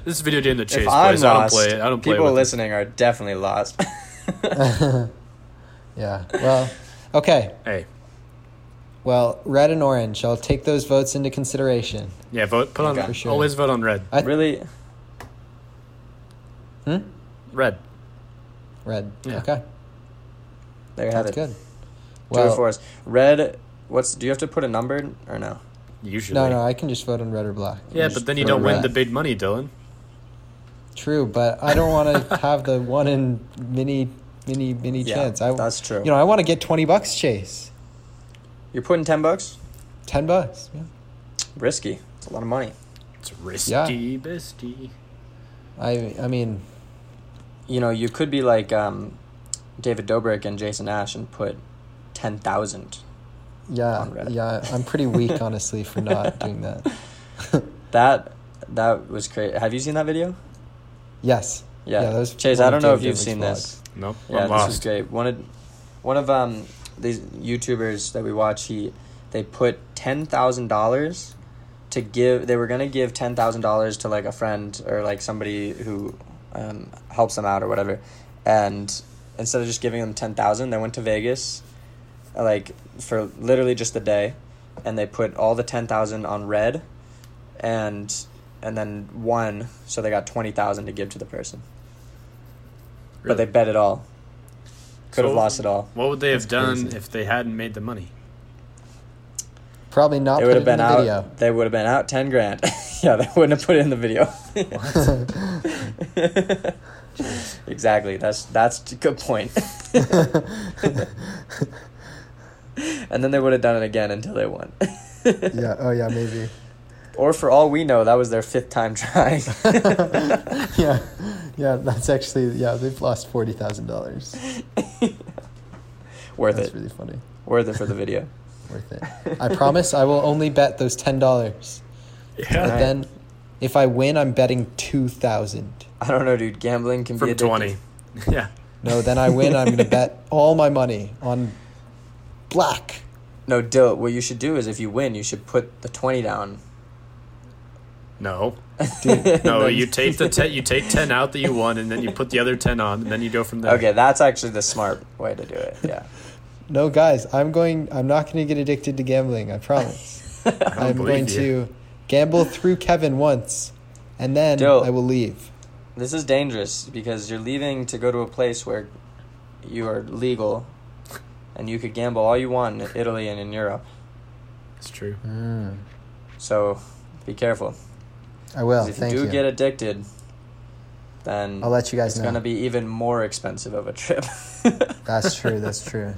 Speaker 3: this video game that Chase
Speaker 2: if I'm
Speaker 3: plays.
Speaker 2: lost,
Speaker 3: I don't play it. I don't play
Speaker 2: people
Speaker 3: with it.
Speaker 2: listening are definitely lost.
Speaker 1: [laughs]
Speaker 2: [laughs]
Speaker 1: yeah. Well, okay.
Speaker 3: Hey,
Speaker 1: Well, red and orange. I'll take those votes into consideration.
Speaker 3: yeah, vote put on
Speaker 2: Okay.
Speaker 1: For sure.
Speaker 3: always vote on red.
Speaker 1: I-
Speaker 2: really?
Speaker 3: Red.
Speaker 1: Hmm? Red.
Speaker 3: Yeah.
Speaker 1: Okay.
Speaker 2: There you have
Speaker 1: That's
Speaker 2: it.
Speaker 1: good.
Speaker 2: Do it for
Speaker 1: Well,
Speaker 2: us. Red. What's? Do you have to put a number or no?
Speaker 3: Usually.
Speaker 1: no, no. I can just vote on red or black.
Speaker 3: yeah,
Speaker 2: just
Speaker 3: but then you
Speaker 2: throw
Speaker 3: don't win
Speaker 1: red.
Speaker 3: the big money, Dylan.
Speaker 1: True, but I don't want to have the one in many, many, many
Speaker 2: Yeah,
Speaker 1: chance. I,
Speaker 2: that's true.
Speaker 1: You know, I want to get twenty bucks, Chase.
Speaker 2: You're putting ten bucks.
Speaker 1: Ten bucks. Yeah.
Speaker 2: Risky. It's a lot of money.
Speaker 3: It's risky, bestie.
Speaker 1: I. I mean.
Speaker 2: You know, you could be like um, David Dobrik and Jason Ash and put ten thousand.
Speaker 1: Yeah,
Speaker 2: on Reddit.
Speaker 1: yeah, I'm pretty
Speaker 2: [laughs]
Speaker 1: weak honestly for not doing that. [laughs]
Speaker 2: That that was crazy. Have you seen that video?
Speaker 1: Yes.
Speaker 2: Yeah.
Speaker 1: that was
Speaker 2: Chase,
Speaker 1: one
Speaker 2: I
Speaker 1: of
Speaker 2: don't know if
Speaker 1: David
Speaker 2: you've
Speaker 1: Dobrik's
Speaker 2: seen
Speaker 1: vlogs.
Speaker 2: this.
Speaker 3: Nope,
Speaker 2: Yeah,
Speaker 3: I'm
Speaker 2: this is
Speaker 3: lost.
Speaker 2: great. One of one of um these YouTubers that we watch, he they put ten thousand dollars to give. They were gonna give ten thousand dollars to like a friend or like somebody who um, helps them out or whatever, and instead of just giving them ten thousand, they went to Vegas, uh, like for literally just the day, and they put all the ten thousand on red, and and then one, so they got twenty thousand to give to the person. But they
Speaker 3: Really?
Speaker 2: bet it all. Could have
Speaker 3: So-
Speaker 2: lost it all.
Speaker 3: What would they have done
Speaker 2: crazy.
Speaker 3: if they hadn't made the money?
Speaker 1: Probably not
Speaker 2: They
Speaker 1: put
Speaker 2: would
Speaker 1: it
Speaker 2: have
Speaker 1: in
Speaker 2: been
Speaker 1: the
Speaker 2: out.
Speaker 1: video.
Speaker 2: They would have been out ten grand. [laughs] yeah, they wouldn't have put it in the video. [laughs] exactly. That's that's a
Speaker 1: [laughs]
Speaker 2: good point. [laughs] and then they would have done it again until they won.
Speaker 1: yeah. Oh yeah.
Speaker 2: [laughs]
Speaker 1: Maybe. [laughs]
Speaker 2: Or for all we know, that was their fifth time trying.
Speaker 1: yeah. Yeah. That's actually. Yeah. They've lost forty thousand dollars.
Speaker 2: Worth
Speaker 1: That's
Speaker 2: it.
Speaker 1: really funny.
Speaker 2: Worth it for the video.
Speaker 1: Worth it. I promise. I will only bet those ten dollars.
Speaker 3: Yeah.
Speaker 1: But then, if I win, I'm betting two thousand.
Speaker 2: I don't know, dude. Gambling can
Speaker 3: From
Speaker 2: be addictive.
Speaker 3: 20. [laughs] Yeah.
Speaker 1: No, then I win. I'm gonna bet all my money on black.
Speaker 2: No, Dill. What you should do is, if you win, you should put the twenty down.
Speaker 3: No.
Speaker 1: Dude.
Speaker 2: [laughs]
Speaker 3: No,
Speaker 2: Then-
Speaker 3: you take the te- you take 10 out that you won and then you put the other 10 on and then you go from there.
Speaker 2: Okay, that's actually the smart way to do it. Yeah. [laughs]
Speaker 1: No, guys, I'm going. I'm not going to get addicted to gambling. I promise.
Speaker 3: [laughs] don't
Speaker 1: I'm going
Speaker 3: believe you.
Speaker 1: to gamble through Kevin once, and then
Speaker 2: Dill.
Speaker 1: I will leave.
Speaker 2: This is dangerous because you're leaving to go to a place where you are legal and you could gamble all you want in Italy and in Europe.
Speaker 3: It's true.
Speaker 2: Mm-hmm. So be careful.
Speaker 1: I will.
Speaker 2: 'Cause if
Speaker 1: Oh, Thank
Speaker 2: you do
Speaker 1: you.
Speaker 2: get addicted, then
Speaker 1: I'll let you guys
Speaker 2: it's
Speaker 1: know.
Speaker 2: going to be even more expensive of a trip. [laughs]
Speaker 1: That's true. That's true.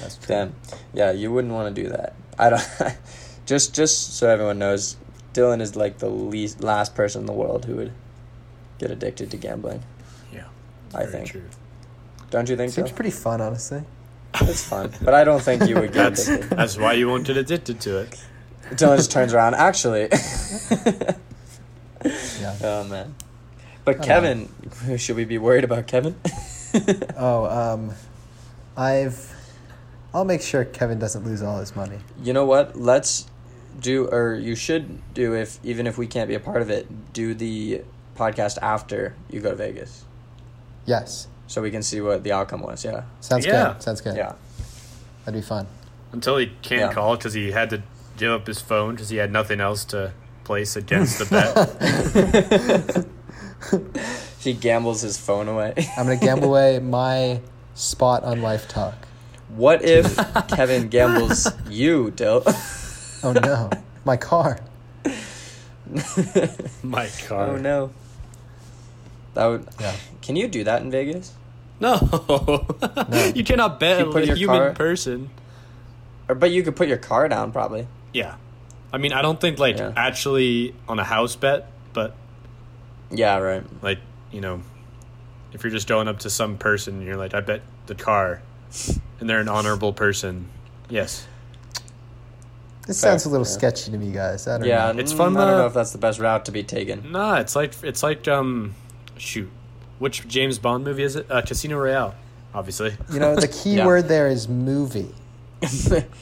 Speaker 1: That's true.
Speaker 2: [laughs] Damn. Yeah, you wouldn't want to do that. I don't. [laughs] just just so everyone knows, Dylan is like the least last person in the world who would get addicted to gambling.
Speaker 3: Yeah.
Speaker 2: I
Speaker 3: Very
Speaker 2: think.
Speaker 3: true.
Speaker 2: Don't you think so?
Speaker 1: Seems
Speaker 2: [laughs]
Speaker 1: pretty fun, honestly.
Speaker 2: It's fun, but I don't think you would get
Speaker 3: That's
Speaker 2: addicted.
Speaker 3: that's why you won't get addicted to it.
Speaker 2: Dylan
Speaker 3: [laughs]
Speaker 2: just turns around. Actually, [laughs]
Speaker 1: Yeah.
Speaker 2: oh man. But Kevin, [laughs] should we be worried about Kevin? [laughs]
Speaker 1: Oh, um, I've. I'll make sure Kevin doesn't lose all his money.
Speaker 2: you know what? Let's do, or you should do, if even if we can't be a part of it, do the podcast after you go to Vegas.
Speaker 1: Yes.
Speaker 2: so we can see what the outcome was. Yeah,
Speaker 1: Sounds
Speaker 3: Yeah.
Speaker 1: good. Sounds good.
Speaker 2: yeah,
Speaker 1: That'd be fun.
Speaker 3: Until he can't 'cause
Speaker 2: Yeah.
Speaker 3: call because he had to give up his phone because he had nothing else to place against the bet.
Speaker 2: [laughs] he gambles his phone away.
Speaker 1: I'm gonna gamble away my spot on Life Talk.
Speaker 2: [laughs] what if
Speaker 1: [laughs]
Speaker 2: Kevin gambles you, Dill? [laughs]
Speaker 1: Oh [laughs] no, my car.
Speaker 3: [laughs] My car.
Speaker 2: oh no, that would.
Speaker 1: Yeah.
Speaker 2: Can you do that in Vegas?
Speaker 3: No. [laughs] you cannot bet
Speaker 2: You put
Speaker 3: a
Speaker 2: in your
Speaker 3: human
Speaker 2: car-
Speaker 3: person.
Speaker 2: Or but you could put your car down probably.
Speaker 3: Yeah. I mean, I don't think, like,
Speaker 2: Yeah.
Speaker 3: actually on a house bet, but,
Speaker 2: Yeah, right.
Speaker 3: like, you know, if you're just going up to some person and you're like, I bet the car, and they're an honorable person. Yes.
Speaker 1: This
Speaker 2: Fair,
Speaker 1: sounds a little
Speaker 2: yeah.
Speaker 1: sketchy to me, guys. I don't
Speaker 2: Yeah,
Speaker 1: know.
Speaker 3: It's
Speaker 2: mm,
Speaker 3: fun,
Speaker 2: I don't
Speaker 3: uh,
Speaker 2: know if that's the best route to be taken.
Speaker 3: Nah, it's like, it's like, um, shoot. Which James Bond movie is it? Uh, Casino Royale, obviously.
Speaker 1: You know, Uh,
Speaker 2: [laughs]
Speaker 1: the key
Speaker 2: Yeah.
Speaker 1: word there is movie.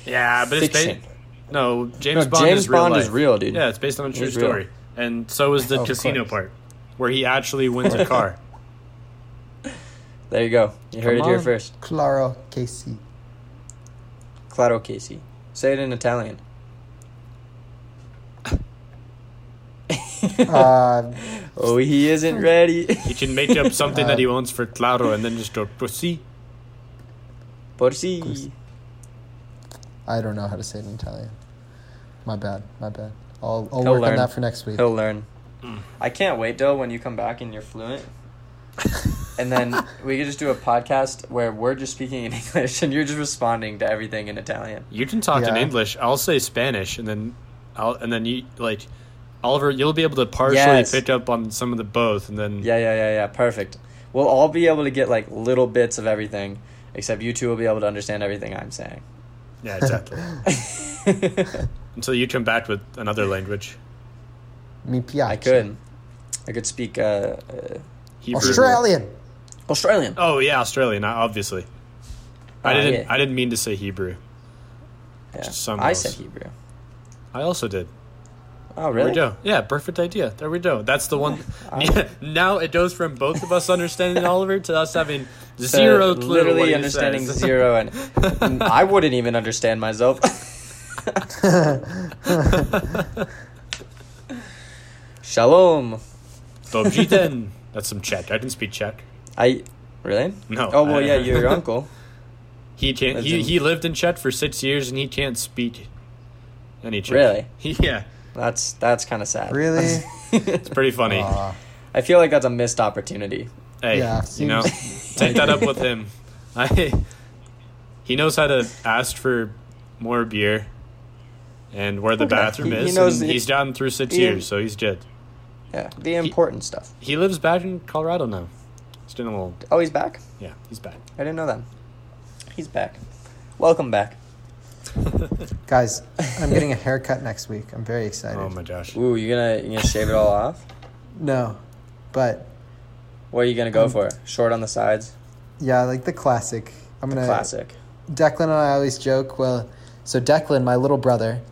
Speaker 3: Yeah, but it's
Speaker 2: Fiction.
Speaker 3: based. No, James
Speaker 2: No,
Speaker 3: Bond,
Speaker 2: James
Speaker 3: is, real
Speaker 2: Bond
Speaker 3: life.
Speaker 2: is real, dude.
Speaker 3: Yeah, it's based on a true
Speaker 2: is real.
Speaker 3: story. And so is the
Speaker 1: Of
Speaker 3: casino
Speaker 1: course.
Speaker 3: part, where he actually wins a car.
Speaker 2: There you go. You heard
Speaker 3: Come
Speaker 2: it here
Speaker 3: on.
Speaker 2: first.
Speaker 1: Claro Casey.
Speaker 2: Claro Casey. Say it in Italian.
Speaker 1: Uh,
Speaker 2: Oh, he isn't ready.
Speaker 1: [laughs]
Speaker 3: He can make up something that he wants for Claro and then just go, pussy.
Speaker 2: Por si.
Speaker 1: I don't know how to say it in Italian. My bad. My bad. I'll, I'll
Speaker 2: He'll
Speaker 1: work
Speaker 2: learn.
Speaker 1: on that for next week.
Speaker 2: He'll learn.
Speaker 3: Mm.
Speaker 2: I can't wait, though, when you come back and you're fluent. and
Speaker 3: [laughs]
Speaker 2: then we could just do a podcast where we're just speaking in [laughs] English and you're just responding to everything in Italian.
Speaker 3: You can talk in
Speaker 1: Yeah.
Speaker 3: English. I'll say Spanish, and then I'll and then you like Oliver. You'll be able to partially
Speaker 2: Yes.
Speaker 3: pick up on some of the both, and then
Speaker 2: Yeah, yeah, yeah, yeah. Perfect. We'll all be able to get like little bits of everything, except you two will be able to understand everything I'm saying. [laughs]
Speaker 3: yeah, exactly. Until you come back with another language,
Speaker 1: Mi piace.
Speaker 2: I could. I could speak uh, uh, [laughs]
Speaker 3: Hebrew.
Speaker 1: Australian. [laughs]
Speaker 2: Australian.
Speaker 3: Oh yeah, Australian. uh, Obviously, I
Speaker 2: Oh,
Speaker 3: didn't.
Speaker 2: yeah.
Speaker 3: I didn't mean to say Hebrew.
Speaker 2: Yeah.
Speaker 3: some
Speaker 2: I
Speaker 3: else.
Speaker 2: said Hebrew.
Speaker 3: I also did.
Speaker 2: Oh,
Speaker 3: There
Speaker 2: really?
Speaker 3: we go. Yeah, perfect idea. There we go. That's the
Speaker 2: [laughs]
Speaker 3: one. [laughs] now it goes from both of us understanding Oliver to us having
Speaker 2: So,
Speaker 3: zero clue. what
Speaker 2: literally
Speaker 3: he
Speaker 2: understanding
Speaker 3: [laughs] says.
Speaker 2: zero, and and I wouldn't even understand myself. [laughs]
Speaker 3: [laughs]
Speaker 2: Shalom.
Speaker 3: Bobjiten. That's some Czech. I can speak Czech.
Speaker 2: I really?
Speaker 3: No,
Speaker 2: Oh well,
Speaker 3: I-
Speaker 2: yeah, [laughs] you're your uncle.
Speaker 3: He can't.
Speaker 2: Lives
Speaker 3: He,
Speaker 2: in-
Speaker 3: he lived in Chet for six years and he can't speak any Czech.
Speaker 2: Really?
Speaker 3: [laughs] Yeah,
Speaker 2: That's that's kind of sad.
Speaker 1: Really?
Speaker 3: it's pretty funny.
Speaker 1: Aw.
Speaker 2: [laughs] I feel like that's a missed opportunity.
Speaker 3: hey,
Speaker 1: yeah,
Speaker 3: you know, take that up with him. [laughs] I. He knows how to ask for more beer, and where the
Speaker 2: Okay.
Speaker 3: bathroom
Speaker 2: He- he
Speaker 3: is.
Speaker 2: knows
Speaker 3: and
Speaker 2: the-
Speaker 3: he's gotten through six
Speaker 2: he-
Speaker 3: years, so he's good.
Speaker 2: Yeah, the important stuff.
Speaker 3: He lives back in Colorado now. He's doing a little.
Speaker 2: Oh, he's back.
Speaker 3: Yeah, he's back.
Speaker 2: I didn't know that. He's back. Welcome back.
Speaker 1: Guys, I'm getting a haircut next week. I'm very excited.
Speaker 3: Oh my gosh.
Speaker 2: Ooh, you gonna you gonna shave it all off?
Speaker 1: No, but
Speaker 2: What are you gonna go for? Short on the sides.
Speaker 1: yeah, like the classic. I'm gonna.
Speaker 2: Classic.
Speaker 1: Declan and I always joke. Well, so Declan, my little brother,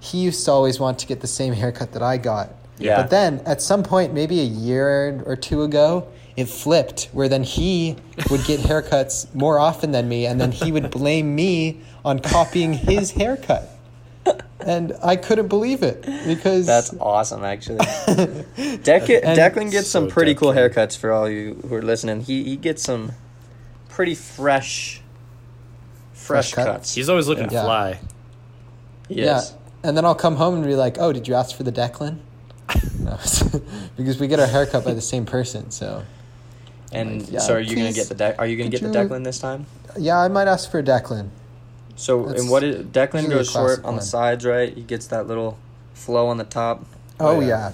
Speaker 1: he used to always want to get the same haircut that I got.
Speaker 2: Yeah.
Speaker 1: But then at some point, maybe a year or two ago, it flipped where then he would get haircuts more often than me, and then he would blame me on copying his haircut. And I couldn't believe it because
Speaker 2: That's awesome,
Speaker 1: [laughs]
Speaker 2: actually. Declan,
Speaker 1: And-
Speaker 2: Declan gets some
Speaker 3: So
Speaker 2: pretty cool
Speaker 3: Declan.
Speaker 2: haircuts for all you who are listening. He he gets some pretty fresh, fresh,
Speaker 1: Fresh cut?
Speaker 2: cuts.
Speaker 3: He's always looking
Speaker 1: Yeah.
Speaker 3: fly. [laughs]
Speaker 2: yes.
Speaker 1: Yeah. And then I'll come home and be like, oh, did you ask for the Declan? No, [laughs] because we get our haircut by the same person. So,
Speaker 2: And
Speaker 1: Like, yeah,
Speaker 2: so, are you gonna
Speaker 1: please,
Speaker 2: get the dec Are you gonna get
Speaker 1: could
Speaker 2: the
Speaker 1: you-
Speaker 2: Declan this time?
Speaker 1: yeah, I might ask for a Declan.
Speaker 2: So,
Speaker 1: That's
Speaker 2: and what is Declan
Speaker 1: usually a
Speaker 2: goes short
Speaker 1: classic
Speaker 2: on the
Speaker 1: one.
Speaker 2: sides, right? He gets that little flow on the top.
Speaker 1: Oh,
Speaker 2: yeah.
Speaker 1: yeah.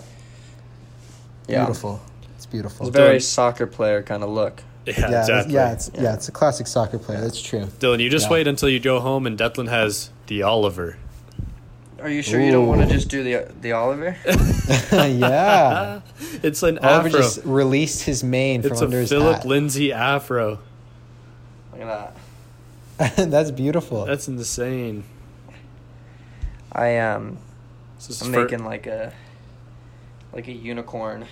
Speaker 2: Yeah,
Speaker 1: Beautiful. It's beautiful.
Speaker 2: It's a very
Speaker 3: Dylan-
Speaker 2: soccer player kind of look.
Speaker 3: Yeah,
Speaker 1: yeah,
Speaker 3: exactly.
Speaker 1: yeah, it's
Speaker 2: Yeah.
Speaker 1: yeah. it's a classic soccer player. That's
Speaker 2: [laughs]
Speaker 1: true. [laughs]
Speaker 3: Dylan, you just
Speaker 1: Yeah.
Speaker 3: wait until you go home and Declan has the Oliver.
Speaker 2: Are you sure you don't want to
Speaker 1: Ooh.
Speaker 2: just do the the [laughs] Oliver?
Speaker 1: yeah.
Speaker 3: It's an
Speaker 1: Oliver
Speaker 3: afro.
Speaker 1: just released his mane from
Speaker 3: It's
Speaker 1: under
Speaker 3: a
Speaker 1: his
Speaker 3: Philip
Speaker 1: hat.
Speaker 3: Lindsay afro.
Speaker 2: Look at that.
Speaker 1: [laughs] That's beautiful.
Speaker 3: That's insane.
Speaker 2: I am. Um,
Speaker 3: This is
Speaker 2: I'm
Speaker 3: fir-
Speaker 2: making like a like a unicorn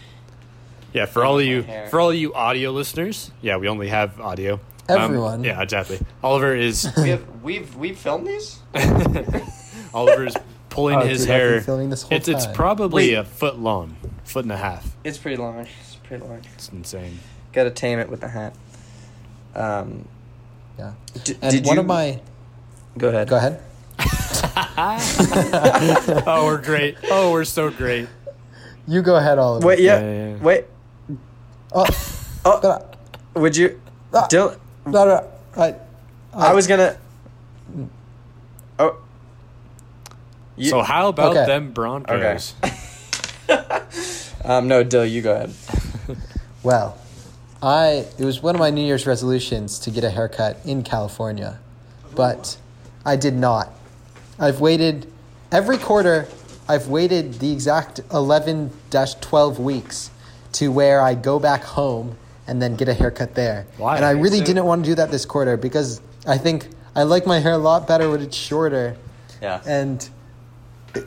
Speaker 3: Yeah, for all of you,
Speaker 2: hair.
Speaker 3: for all of you audio listeners, yeah, we only have audio. Um,
Speaker 1: Everyone.
Speaker 3: yeah, exactly. Oliver
Speaker 1: [laughs]
Speaker 3: is
Speaker 1: Hmm.
Speaker 2: We
Speaker 3: [laughs]
Speaker 2: have we've we've filmed these.
Speaker 3: Oliver's pulling
Speaker 1: Oh,
Speaker 3: his
Speaker 1: dude, I've been
Speaker 3: hair.
Speaker 1: filming this whole
Speaker 3: it's it's
Speaker 1: time.
Speaker 3: probably
Speaker 2: Wait.
Speaker 3: a foot long, foot and a half.
Speaker 2: It's pretty long. It's pretty long.
Speaker 1: [laughs]
Speaker 3: It's insane.
Speaker 2: Got to tame it with the hat. Um,
Speaker 1: Yeah.
Speaker 2: d-
Speaker 1: And
Speaker 2: did
Speaker 1: one
Speaker 2: you,
Speaker 1: of my
Speaker 2: go ahead.
Speaker 1: go ahead.
Speaker 3: Oh, we're great. Oh, we're so great.
Speaker 1: You go ahead, Oliver.
Speaker 2: Wait, yeah,
Speaker 3: Yeah, yeah, yeah.
Speaker 2: wait.
Speaker 1: Oh,
Speaker 2: Oh,
Speaker 1: blah,
Speaker 2: would you,
Speaker 1: Ah.
Speaker 2: Dylan?
Speaker 1: blah, blah. I,
Speaker 2: I was gonna. Oh. You,
Speaker 3: so how about
Speaker 1: Okay.
Speaker 3: them Broncos?
Speaker 2: um, no, Dill, you go ahead.
Speaker 1: well, I it was one of my New Year's resolutions to get a haircut in California, but I did not. I've waited every quarter. I've waited the exact eleven dash twelve weeks to where I go back home and then get a haircut there.
Speaker 3: Why?
Speaker 1: And I really
Speaker 2: So-
Speaker 1: didn't want to do that this quarter because I think I like my hair a lot better when it's shorter.
Speaker 2: Yeah.
Speaker 1: and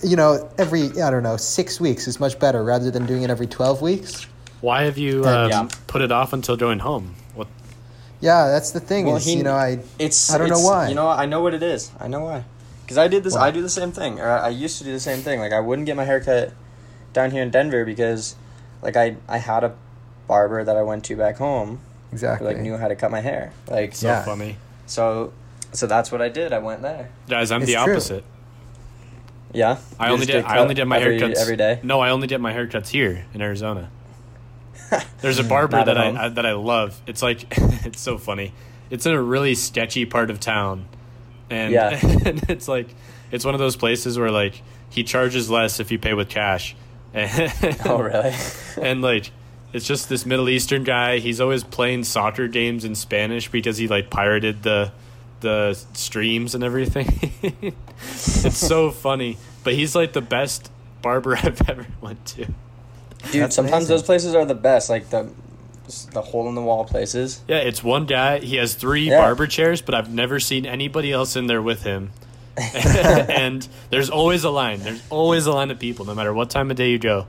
Speaker 1: you know every i don't know six weeks is much better rather than doing it every 12 weeks
Speaker 3: Why have you um,
Speaker 1: And-
Speaker 2: Yeah.
Speaker 3: put it off until going home? What?
Speaker 1: yeah that's the thing
Speaker 2: Well,
Speaker 1: is,
Speaker 2: he-
Speaker 1: you know i
Speaker 2: It's
Speaker 1: I don't know
Speaker 2: it's-
Speaker 1: why.
Speaker 2: You know, I know what it is. I know why. Because I did this.
Speaker 1: Why?
Speaker 2: I do the same thing, or I I used to do the same thing. Like I wouldn't get my haircut down here in Denver because, like I I had a barber that I went to back home who
Speaker 1: exactly
Speaker 2: like knew how to cut my hair. Like
Speaker 3: So
Speaker 2: so
Speaker 1: Yeah.
Speaker 3: funny,
Speaker 2: so, so that's what I did. I went there.
Speaker 3: guys. I'm
Speaker 1: It's
Speaker 3: the
Speaker 1: true.
Speaker 3: opposite.
Speaker 2: Yeah.
Speaker 3: I
Speaker 2: You
Speaker 3: only
Speaker 2: just
Speaker 3: did.
Speaker 2: get
Speaker 3: I
Speaker 2: cut
Speaker 3: only did my
Speaker 2: every,
Speaker 3: haircuts
Speaker 2: every day.
Speaker 3: No, I only did my haircuts here in
Speaker 2: [laughs]
Speaker 3: Arizona. There's a barber
Speaker 2: Not at
Speaker 3: that
Speaker 2: home?
Speaker 3: I, I that I love. It's like [laughs] it's so funny. It's in a really sketchy part of town, and,
Speaker 2: Yeah.
Speaker 3: [laughs] and it's like it's one of those places where like he charges less if you pay with cash.
Speaker 2: [laughs]
Speaker 3: [laughs]
Speaker 2: Oh really?
Speaker 1: [laughs]
Speaker 3: and like it's just this Middle Eastern guy. He's always playing soccer games in Spanish because he like pirated the the streams and everything. [laughs] it's so funny, but he's like the best barber [laughs] I've ever went to.
Speaker 2: Dude,
Speaker 1: That's
Speaker 2: sometimes
Speaker 1: amazing.
Speaker 2: those places are the best. Like the the hole in the wall places.
Speaker 3: Yeah, it's one guy. He has three
Speaker 2: Yeah.
Speaker 3: barber chairs, but I've never seen anybody else in there with him. [laughs] and there's always a line. There's always a line of people, no matter what time of day you go.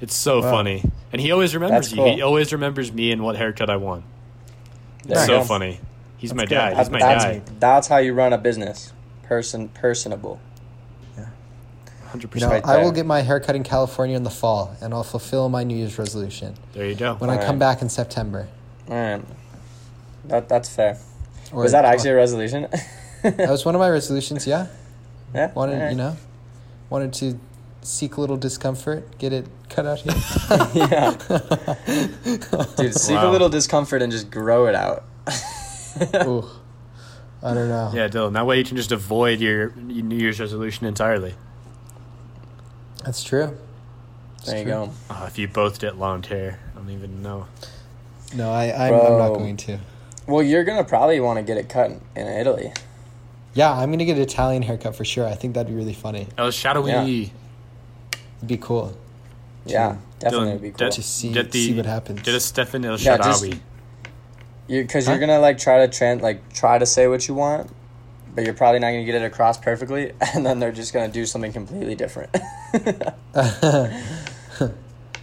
Speaker 3: It's so funny, and he always remembers
Speaker 2: That's
Speaker 3: you. He
Speaker 2: cool.
Speaker 3: always remembers me and what haircut I want.
Speaker 2: There you
Speaker 3: so
Speaker 2: go.
Speaker 3: funny. He's my
Speaker 1: good.
Speaker 3: guy. He's
Speaker 2: That-
Speaker 3: my
Speaker 2: that's,
Speaker 3: guy.
Speaker 2: that's how you run a business. Person personable.
Speaker 3: Hundred
Speaker 1: you know,
Speaker 3: percent.
Speaker 2: right
Speaker 1: I will
Speaker 2: there.
Speaker 1: get my haircut in California in the fall, and I'll fulfill my New Year's resolution
Speaker 3: There you
Speaker 1: when
Speaker 3: go.
Speaker 1: I come
Speaker 2: Alright.
Speaker 1: back in September.
Speaker 2: All right. That that's fair.
Speaker 1: Or,
Speaker 2: Was that actually
Speaker 1: [laughs]
Speaker 2: a resolution?
Speaker 1: That was one of my resolutions. Yeah, [laughs]
Speaker 2: yeah.
Speaker 1: wanted
Speaker 2: alright.
Speaker 1: you know, wanted to seek a little discomfort, get it cut out here. [laughs]
Speaker 2: [laughs] yeah. Dude, seek a
Speaker 3: Wow.
Speaker 2: little discomfort and just grow it out. [laughs]
Speaker 1: Ooh, I don't know.
Speaker 3: Yeah, Dylan. That way you can just avoid your your New Year's resolution entirely.
Speaker 1: That's true.
Speaker 2: there you
Speaker 1: true.
Speaker 2: go.
Speaker 3: Oh, if you both get long hair, I don't even know.
Speaker 1: No, I I'm, I'm not
Speaker 2: Bro.
Speaker 1: going to.
Speaker 2: Well, you're gonna probably want to get it cut in in Italy.
Speaker 1: Yeah, I'm gonna get an Italian haircut for sure. I think that'd be really funny.
Speaker 3: Oh, shadowy.
Speaker 1: It'd be cool.
Speaker 2: Yeah, definitely would be cool.
Speaker 1: to see- see what happens.
Speaker 3: Get a Stefan El
Speaker 2: Yeah, just-
Speaker 3: Shadawi.
Speaker 2: Because
Speaker 1: Huh?
Speaker 2: you, are gonna like try to trend, like try to say what you want, but you're probably not gonna get it across perfectly, [laughs] and then they're just gonna do something completely different. [laughs]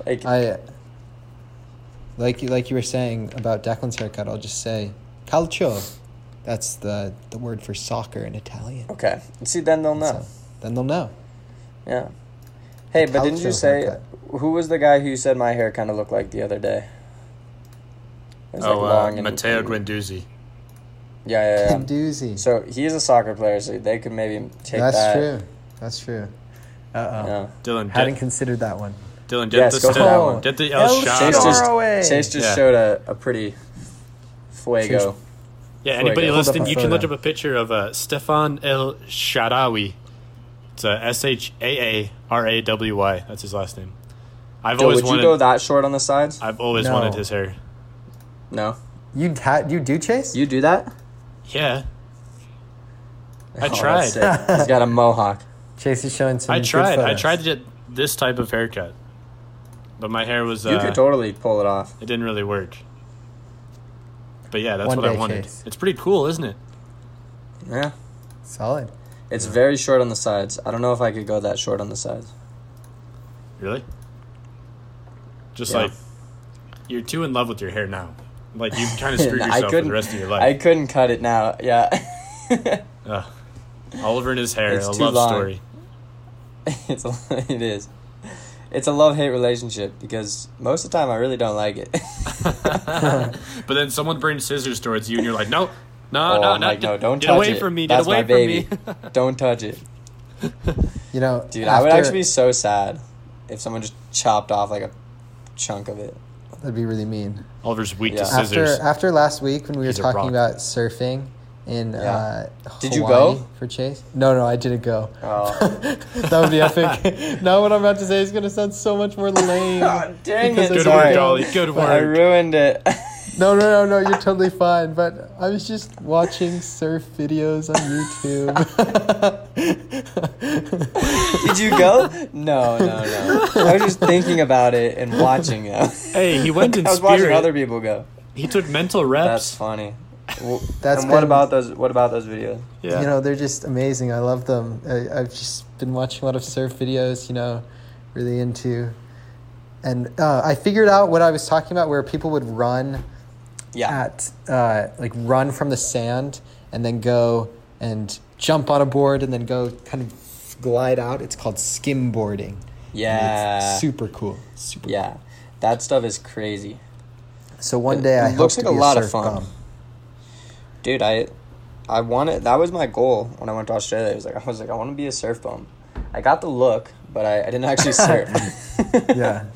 Speaker 2: like
Speaker 1: I like you like you were saying about Declan's haircut. I'll just say calcio. That's the the word for soccer in Italian.
Speaker 2: okay, see, then they'll know.
Speaker 1: So then they'll know.
Speaker 2: Yeah. Hey, but didn't
Speaker 1: Calcio
Speaker 2: you say
Speaker 1: haircut.
Speaker 2: who was the guy who you said my hair kind of looked like the other day? It was,
Speaker 3: Oh,
Speaker 2: like,
Speaker 3: uh,
Speaker 2: long and-
Speaker 3: Matteo
Speaker 2: and-
Speaker 3: Guendouzi.
Speaker 2: Yeah,
Speaker 1: [laughs]
Speaker 2: yeah, yeah.
Speaker 1: Doozy.
Speaker 2: So he is a soccer player, so they could maybe take
Speaker 1: That's
Speaker 2: that.
Speaker 1: true. That's true.
Speaker 3: Oh.
Speaker 1: Uh
Speaker 2: Yeah.
Speaker 3: Dylan,
Speaker 1: Hadn't
Speaker 3: get,
Speaker 1: considered that one.
Speaker 3: Dylan, get
Speaker 2: Yes,
Speaker 3: the
Speaker 2: go for that
Speaker 3: Stefan.
Speaker 2: one.
Speaker 3: Get the El
Speaker 2: Chase
Speaker 1: Far
Speaker 2: just,
Speaker 3: Shadawi.
Speaker 1: away.
Speaker 2: Chase just
Speaker 3: Yeah.
Speaker 2: showed a, a pretty fuego.
Speaker 3: Yeah,
Speaker 2: Fuego.
Speaker 3: anybody
Speaker 2: Hold
Speaker 1: up
Speaker 3: listening,
Speaker 1: a
Speaker 3: you can look up
Speaker 1: photo.
Speaker 3: a picture of uh, Stefan El Shadawi. It's uh, S H A A R A W Y. That's his last name. I've
Speaker 2: Dude,
Speaker 3: always
Speaker 2: would
Speaker 3: wanted.
Speaker 2: you go that short on the sides?
Speaker 3: I've always
Speaker 1: No.
Speaker 3: wanted his hair.
Speaker 2: No.
Speaker 1: You ta- you do chase?
Speaker 2: You do that?
Speaker 3: Yeah, I
Speaker 2: [laughs] Oh, that's
Speaker 3: tried.
Speaker 2: sick. He's got a
Speaker 3: [laughs]
Speaker 2: mohawk.
Speaker 1: Chase is showing some.
Speaker 3: I
Speaker 1: good
Speaker 3: tried. I
Speaker 1: photos.
Speaker 3: tried to get this type of haircut, but my hair was.
Speaker 2: You
Speaker 3: Uh,
Speaker 2: could totally pull it off.
Speaker 3: it didn't really work. But yeah, that's
Speaker 1: One
Speaker 3: what I
Speaker 1: day,
Speaker 3: wanted.
Speaker 1: Chase.
Speaker 3: It's pretty cool, isn't it?
Speaker 2: Yeah.
Speaker 1: Solid.
Speaker 2: It's very short on the sides. I don't know if I could go that short on the sides.
Speaker 3: Really? Just
Speaker 2: Yeah.
Speaker 3: like you're too in love with your hair now. Like you're
Speaker 2: [laughs]
Speaker 3: trying to screw
Speaker 2: I
Speaker 3: yourself for the
Speaker 2: couldn't-
Speaker 3: rest of your
Speaker 2: I
Speaker 3: life.
Speaker 2: couldn't cut it now. Yeah. [laughs]
Speaker 3: Ugh. Oliver and his hair,
Speaker 2: It's
Speaker 3: a
Speaker 2: too
Speaker 3: love
Speaker 2: long.
Speaker 3: story.
Speaker 2: it's a, [laughs] it is. It's a love hate relationship because most of the time I really don't like it.
Speaker 3: but then someone brings scissors towards you, and you're like, no, no,
Speaker 2: Oh,
Speaker 3: [laughs]
Speaker 2: [laughs]
Speaker 3: no,
Speaker 2: I'm
Speaker 3: no,
Speaker 2: like,
Speaker 3: get-
Speaker 2: no, don't
Speaker 3: get
Speaker 2: touch
Speaker 3: away
Speaker 2: it.
Speaker 3: from me,
Speaker 2: That's
Speaker 3: get away
Speaker 2: my
Speaker 3: from
Speaker 2: baby.
Speaker 3: [laughs] me.
Speaker 2: don't touch it,
Speaker 1: You know,
Speaker 2: dude. I would
Speaker 1: after-
Speaker 2: actually be so sad if someone just chopped off like a chunk of it.
Speaker 1: That'd be really mean.
Speaker 3: Oliver's weak to
Speaker 2: Yeah.
Speaker 3: scissors.
Speaker 1: After after last week when we
Speaker 3: He's a
Speaker 1: were
Speaker 3: rock.
Speaker 1: talking about surfing in
Speaker 2: Yeah.
Speaker 1: uh,
Speaker 2: Did you
Speaker 1: Hawaii
Speaker 2: go?
Speaker 1: for Chase? No, no, I didn't go.
Speaker 2: Oh.
Speaker 1: [laughs] that would be epic.
Speaker 2: [laughs]
Speaker 1: now what I'm about to say is gonna sound so much more lame.
Speaker 2: God dang
Speaker 1: Because
Speaker 2: it!
Speaker 1: Good work,
Speaker 2: sorry.
Speaker 3: Ollie, good
Speaker 2: I
Speaker 3: work.
Speaker 2: ruined it. [laughs]
Speaker 1: No, no, no, no. You're totally fine. But I was just watching surf videos on YouTube.
Speaker 2: [laughs] Did you
Speaker 1: [laughs]
Speaker 2: go? No, no, no. I was just thinking about it and watching it.
Speaker 3: Hey, he went in
Speaker 2: I was watching
Speaker 3: spirit.
Speaker 2: other people go.
Speaker 3: he took mental
Speaker 2: That's
Speaker 3: reps.
Speaker 2: funny. [laughs] Well,
Speaker 1: That's
Speaker 2: and what
Speaker 1: been-
Speaker 2: about those? What about those videos?
Speaker 3: yeah.
Speaker 1: You know, they're just amazing. I love them. I, I've just been watching a lot of surf videos. You know, really into. And uh, I figured out what I was talking about, where people would run
Speaker 2: Yeah.
Speaker 1: at uh, like run from the sand and then go and jump on a board and then go kind of glide out. It's called skimboarding.
Speaker 2: Yeah.
Speaker 1: And it's super cool. Super.
Speaker 2: Yeah, that stuff is crazy,
Speaker 1: So one
Speaker 2: It-
Speaker 1: day
Speaker 2: it
Speaker 1: I
Speaker 2: looks
Speaker 1: hope
Speaker 2: like a
Speaker 1: to be
Speaker 2: lot of
Speaker 1: surf
Speaker 2: fun.
Speaker 1: bum.
Speaker 2: dude. I, I wanted that was my goal when I went to Australia. It was like I was like I want to be a surf bum. I got the look, but I, I
Speaker 1: [laughs]
Speaker 2: didn't actually surf.
Speaker 1: Yeah.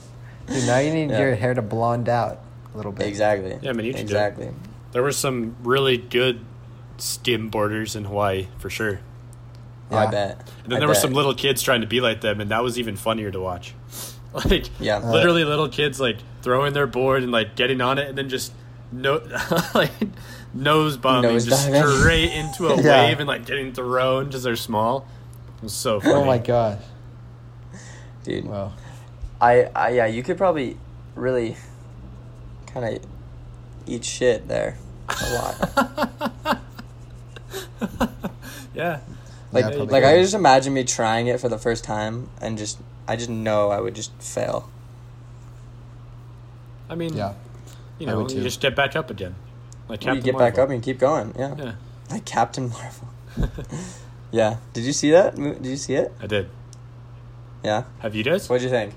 Speaker 1: Dude, now you need
Speaker 2: [laughs] Yeah.
Speaker 1: your hair to blonde out a little bit.
Speaker 2: [laughs] exactly.
Speaker 3: Yeah, man, you should do it.
Speaker 2: exactly.
Speaker 3: There were some really good skimboarders in Hawaii for sure.
Speaker 2: I
Speaker 1: Yeah.
Speaker 2: bet.
Speaker 3: And then
Speaker 2: I
Speaker 3: there were
Speaker 2: bet.
Speaker 3: some little kids trying to be like them, and that was even funnier to watch. [laughs] Like,
Speaker 2: Yeah. Uh,
Speaker 3: literally little kids like throwing their board and like getting on it, and then just no, [laughs] like nose bombing
Speaker 2: Nose
Speaker 3: just
Speaker 2: diving.
Speaker 3: straight into
Speaker 2: [laughs]
Speaker 3: a
Speaker 1: Yeah.
Speaker 3: wave and like getting thrown because they're small. It was so funny.
Speaker 1: Oh my gosh.
Speaker 2: dude.
Speaker 1: Wow.
Speaker 2: I, I yeah, you could probably really kind of eat shit there a lot.
Speaker 1: [laughs]
Speaker 3: Yeah.
Speaker 2: like
Speaker 1: Yeah, probably
Speaker 2: like I
Speaker 1: could.
Speaker 2: just imagine me trying it for the first time and just I just know I would just fail.
Speaker 3: I mean,
Speaker 1: Yeah.
Speaker 3: you
Speaker 1: I
Speaker 3: know,
Speaker 1: would
Speaker 3: you
Speaker 1: too.
Speaker 3: just get back up again. Like
Speaker 2: you get back up and keep going. Yeah.
Speaker 3: Yeah,
Speaker 2: Like Captain Marvel. [laughs] yeah. Did you see that? mo- Did you see it?
Speaker 3: I did.
Speaker 2: Yeah.
Speaker 3: Have you guys?
Speaker 2: What'd you think?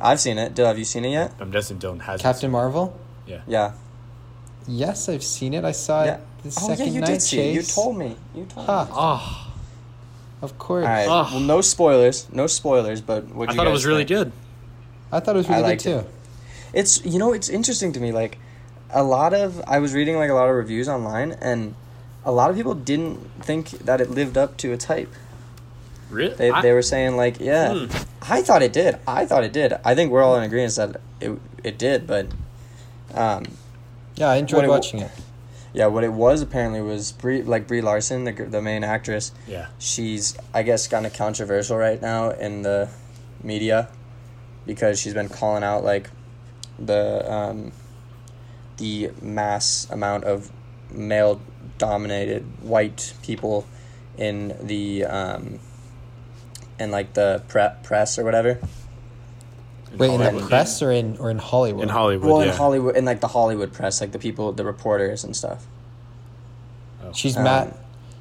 Speaker 2: I've seen it. Dill, have you seen it yet?
Speaker 3: I'm guessing Dylan has
Speaker 1: Captain Marvel?
Speaker 2: Yeah.
Speaker 1: Yes, I've seen it. I saw it
Speaker 2: yeah.
Speaker 1: Uh, the
Speaker 2: oh
Speaker 1: second
Speaker 2: yeah, you
Speaker 1: night.
Speaker 2: did see it. You
Speaker 1: Chase.
Speaker 2: told me. You told me.
Speaker 1: Huh.
Speaker 3: Oh,
Speaker 1: Of course.
Speaker 2: All right.
Speaker 3: Ugh.
Speaker 2: Well, no spoilers. No spoilers. But what
Speaker 3: I thought it was really good.
Speaker 1: I thought it was
Speaker 2: I
Speaker 1: really good
Speaker 2: liked
Speaker 1: too.
Speaker 2: it. it's you know it's interesting to me like a lot of i was reading like a lot of reviews online and a lot of people didn't think that it lived up to its hype
Speaker 3: Really?
Speaker 2: they, they were saying like yeah
Speaker 3: Hmm.
Speaker 2: i thought it did i thought it did i think we're all in agreement that it, it did but um,
Speaker 1: Yeah, I enjoyed
Speaker 2: it wa-
Speaker 1: watching it.
Speaker 2: yeah what it was apparently was Brie, like brie larson the, gr- the main actress
Speaker 3: yeah.
Speaker 2: she's i guess kind of controversial right now in the media because she's been calling out like the um, the mass amount of male dominated white people in the um, in like the pre- press or whatever
Speaker 1: Wait, in the
Speaker 2: Hollywood.
Speaker 1: press or in or in Hollywood?
Speaker 3: in Hollywood.
Speaker 2: well
Speaker 3: yeah.
Speaker 2: in hollywood in like the hollywood press like the people the reporters and stuff
Speaker 1: She's
Speaker 2: Um,
Speaker 1: mad.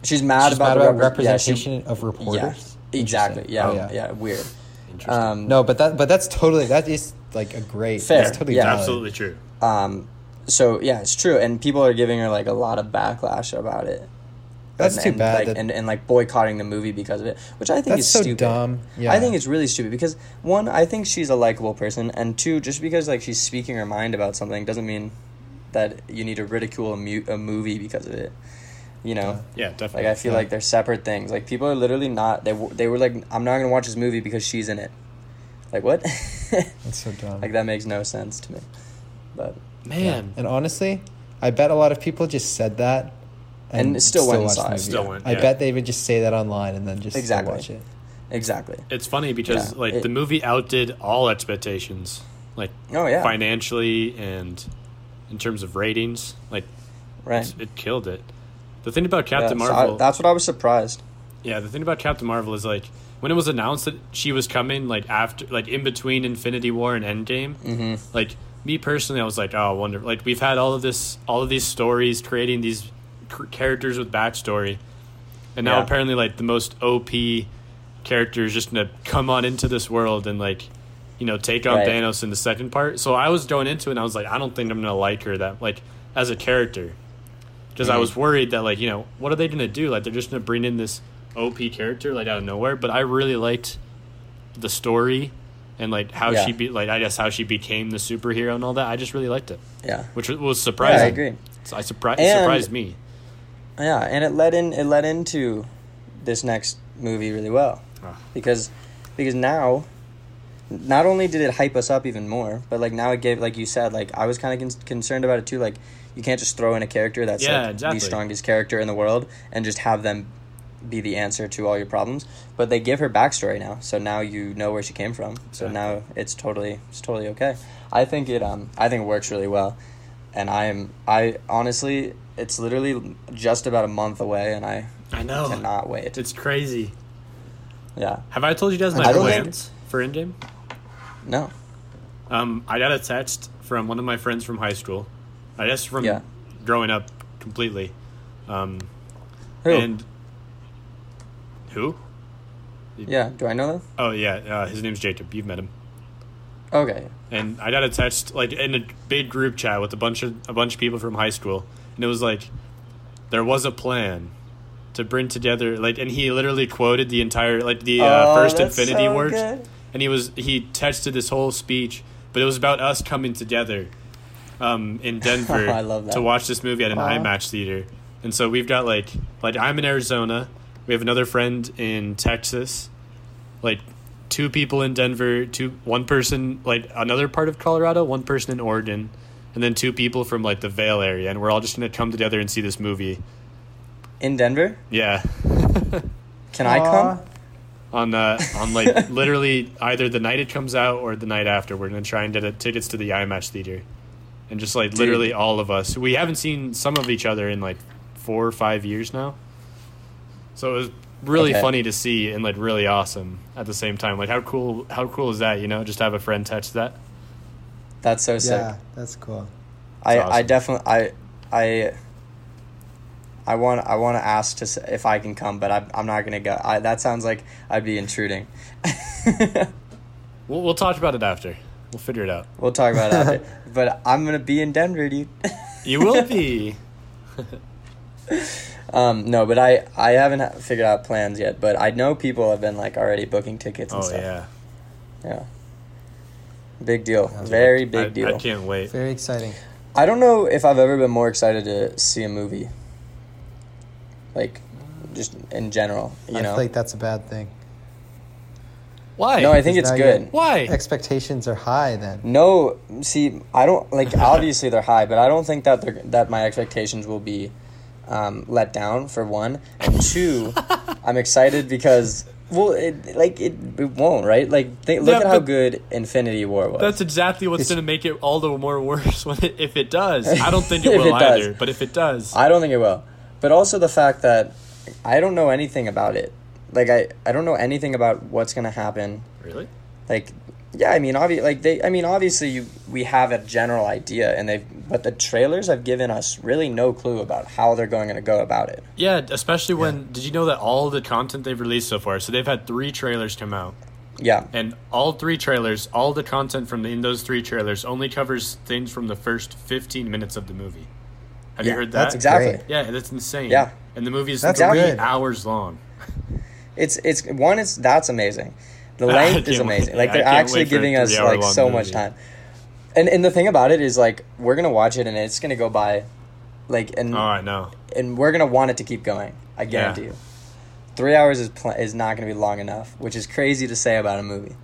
Speaker 2: she's mad
Speaker 1: she's
Speaker 2: about,
Speaker 1: mad
Speaker 2: the
Speaker 1: about
Speaker 2: repre- yeah, she-
Speaker 1: representation of reporters.
Speaker 2: yeah, exactly
Speaker 1: Interesting.
Speaker 2: yeah,
Speaker 1: Oh,
Speaker 2: yeah weird
Speaker 3: Interesting.
Speaker 2: um,
Speaker 1: No, but that but that's totally that is like a great.
Speaker 2: Fair,
Speaker 1: That's totally
Speaker 2: yeah.
Speaker 1: valid.
Speaker 3: absolutely true.
Speaker 2: Um, so yeah, it's true, and people are giving her like a lot of backlash about it.
Speaker 1: That's
Speaker 2: and,
Speaker 1: too
Speaker 2: and,
Speaker 1: bad.
Speaker 2: Like,
Speaker 1: that-
Speaker 2: and and like boycotting the movie because of it, which I think
Speaker 1: That's
Speaker 2: is
Speaker 1: so
Speaker 2: stupid.
Speaker 1: dumb. Yeah.
Speaker 2: I think it's really stupid because one, I think she's a likable person, and two, just because like she's speaking her mind about something doesn't mean that you need to ridicule a, mu- a movie because of it. You know.
Speaker 3: Yeah,
Speaker 2: Like
Speaker 3: definitely.
Speaker 2: I feel
Speaker 1: Yeah.
Speaker 2: like they're separate things. Like people are literally not. They w- they were like, I'm not gonna watch this movie because she's in it. Like what? [laughs]
Speaker 1: that's so dumb.
Speaker 2: like that makes no sense to me. But
Speaker 3: Man,
Speaker 1: and honestly, I bet a lot of people just said that,
Speaker 2: And it still went
Speaker 1: watched the
Speaker 2: inside.
Speaker 1: movie.
Speaker 3: Still went,
Speaker 1: I
Speaker 3: yeah.
Speaker 1: bet they would just say that online and then just still
Speaker 2: Exactly.
Speaker 1: watch it.
Speaker 2: exactly.
Speaker 3: it's funny because
Speaker 2: Yeah,
Speaker 3: like
Speaker 2: it-
Speaker 3: the movie outdid all expectations, like
Speaker 2: Oh yeah,
Speaker 3: financially and in terms of ratings. Like
Speaker 2: right.
Speaker 3: it killed it. The thing about
Speaker 2: Yeah,
Speaker 3: Captain
Speaker 2: so I-
Speaker 3: Marvel,
Speaker 2: that's what I was surprised.
Speaker 3: yeah, the thing about Captain Marvel is like when it
Speaker 2: Mm-hmm.
Speaker 3: was announced that she was coming, like after, like in between Infinity War and Endgame, like me personally, I was like, oh, wonderful. Like we've had all of this, all of these stories, creating these cr- characters with backstory, and now
Speaker 2: Yeah.
Speaker 3: apparently, like the most OP character is just gonna come on into this world and like, you know, take on
Speaker 2: Right.
Speaker 3: Thanos in the second part. So I was going into it, and I was like, I don't think I'm gonna like her that like as a character, because I
Speaker 2: Mhm.
Speaker 3: was worried that like you know what are they gonna do? Like they're just gonna bring in this OP character like out of nowhere. But I really liked the story and like how
Speaker 2: Yeah.
Speaker 3: she be like I guess how she became the superhero and all that. I just really liked it,
Speaker 2: Yeah.
Speaker 3: which was- was
Speaker 2: Yeah,
Speaker 3: surprising.
Speaker 2: I agree.
Speaker 3: So I surprised
Speaker 2: And-
Speaker 3: surprised me.
Speaker 2: Yeah, and it led in it led into this next movie really well
Speaker 3: Ah.
Speaker 2: because because now not only did it hype us up even more, but like now it gave like you said like I was kind of con- concerned about it too. Like you can't just throw in a character that's
Speaker 3: Yeah,
Speaker 2: like
Speaker 3: exactly.
Speaker 2: the strongest character in the world and just have them be the answer to all your problems. But they give her backstory now, so now you know where she came from. So
Speaker 3: Exactly.
Speaker 2: now it's totally it's totally okay. I think it um I think it works really well, and I'm I honestly it's literally just about a month away, and I
Speaker 3: I know
Speaker 2: cannot wait.
Speaker 3: it's crazy.
Speaker 2: Yeah,
Speaker 3: Have I told you guys my
Speaker 2: I don't think-
Speaker 3: plans for Endgame?
Speaker 2: no,
Speaker 3: Um, I got a text from one of my friends from high school. I guess from
Speaker 2: Yeah.
Speaker 3: growing up completely. Um,
Speaker 2: who?
Speaker 3: and who?
Speaker 2: yeah, do I know them?
Speaker 3: Oh yeah, uh, his name's Jacob. You've met him.
Speaker 2: Okay,
Speaker 3: and I got a text like in a big group chat with a bunch of a bunch of people from high school, and it was like there was a plan to bring together like, and he literally quoted the entire like the uh,
Speaker 2: Oh,
Speaker 3: first
Speaker 2: that's
Speaker 3: Infinity
Speaker 2: so
Speaker 3: Wars,
Speaker 2: good.
Speaker 3: and he was he texted this whole speech, but it was about us coming together, um, in
Speaker 2: [laughs]
Speaker 3: Denver
Speaker 2: I love that. Uh-huh.
Speaker 3: to watch this movie at an
Speaker 1: Aw.
Speaker 3: IMAX theater, and so we've got like like I'm in Arizona, we have another friend in Texas, like two people in Denver, two one person like another part of Colorado, one person in Oregon, and then two people from like the Vale area, and we're all just gonna come together and see this movie.
Speaker 2: in Denver,
Speaker 3: Yeah,
Speaker 2: can I come?
Speaker 3: on uh, on
Speaker 2: [laughs]
Speaker 3: like literally either the night it comes out or the night after, we're gonna try and get uh, tickets to the IMAX theater, and just like literally all of us. We haven't seen some of each other in like four or five years now, so it was really
Speaker 2: Okay.
Speaker 3: funny to see and like really awesome at the same time. Like how cool how cool is that? You know, just to have a friend touch that.
Speaker 2: That's so sick.
Speaker 1: Yeah, that's cool.
Speaker 2: I,
Speaker 3: It's
Speaker 2: I
Speaker 3: awesome.
Speaker 2: definitely I I I want I want to ask to s- if I can come, but I, I'm not gonna go. I, that sounds like I'd be intruding. [laughs]
Speaker 3: We'll, we'll talk about it after. We'll figure it out.
Speaker 2: we'll talk about it after. But I'm gonna be in Denver, dude.
Speaker 3: You will be.
Speaker 2: [laughs] um, no, but I I haven't ha- figured out plans yet. But I know people have been like already booking tickets and
Speaker 3: oh
Speaker 2: stuff.
Speaker 3: yeah,
Speaker 2: Yeah. Big deal.
Speaker 1: Yeah.
Speaker 2: Very big
Speaker 3: I,
Speaker 2: deal.
Speaker 3: I can't wait.
Speaker 1: Very exciting.
Speaker 2: I don't know if I've ever been more excited to see a movie. Like, just in general, you
Speaker 1: I
Speaker 2: know.
Speaker 1: feel like that's a bad thing.
Speaker 3: Why?
Speaker 2: no, I think
Speaker 1: Because
Speaker 2: it's
Speaker 1: now
Speaker 2: good.
Speaker 1: you're-
Speaker 3: Why?
Speaker 1: Expectations are high then.
Speaker 2: No, see, I don't like. Obviously, they're high, but I don't think that they're, that my expectations will be um, let down. For one, and
Speaker 3: [laughs]
Speaker 2: two, I'm excited because well, it like it, it won't right. Like they, look
Speaker 3: Yeah,
Speaker 2: at how
Speaker 3: but-
Speaker 2: good Infinity War was.
Speaker 3: That's exactly what's
Speaker 1: It's-
Speaker 3: going to make it all the more worse [laughs] when it, if it does. I don't think it
Speaker 2: If
Speaker 3: will
Speaker 2: it does.
Speaker 3: either, but if it does,
Speaker 2: I don't think it will, but also the fact that I don't know anything about it. Like I, I don't know anything about what's gonna happen.
Speaker 3: really?
Speaker 2: like yeah i mean obvi- like they i mean obviously you, we have a general idea and they've but the trailers have given us really no clue about how they're going to go about it
Speaker 3: Yeah, especially when did you know that all the content they've released so far? So they've had three trailers come out,
Speaker 2: yeah
Speaker 3: and all three trailers, all the content from the, in those three trailers, only covers things from the first fifteen minutes of the movie. Have
Speaker 2: Yeah,
Speaker 3: you heard that?
Speaker 1: That's
Speaker 2: Exactly.
Speaker 1: great.
Speaker 3: Yeah, that's insane.
Speaker 2: Yeah.
Speaker 3: and the movie is
Speaker 1: That's
Speaker 3: three
Speaker 1: good.
Speaker 3: hours long.
Speaker 2: it's it's one it's that's amazing the
Speaker 3: [laughs] I
Speaker 2: length is
Speaker 3: can't wait-
Speaker 2: amazing like
Speaker 3: I
Speaker 2: they're
Speaker 3: can't
Speaker 2: actually
Speaker 3: wait for a
Speaker 2: giving us
Speaker 3: three-hour
Speaker 2: like
Speaker 3: long
Speaker 2: so much
Speaker 3: movie.
Speaker 2: time and and the thing about it is like we're gonna watch it and it's gonna go by like and
Speaker 3: Oh, I know.
Speaker 2: and we're gonna want it to keep going i guarantee you three hours is pl- is not gonna be long enough which is crazy to say about a movie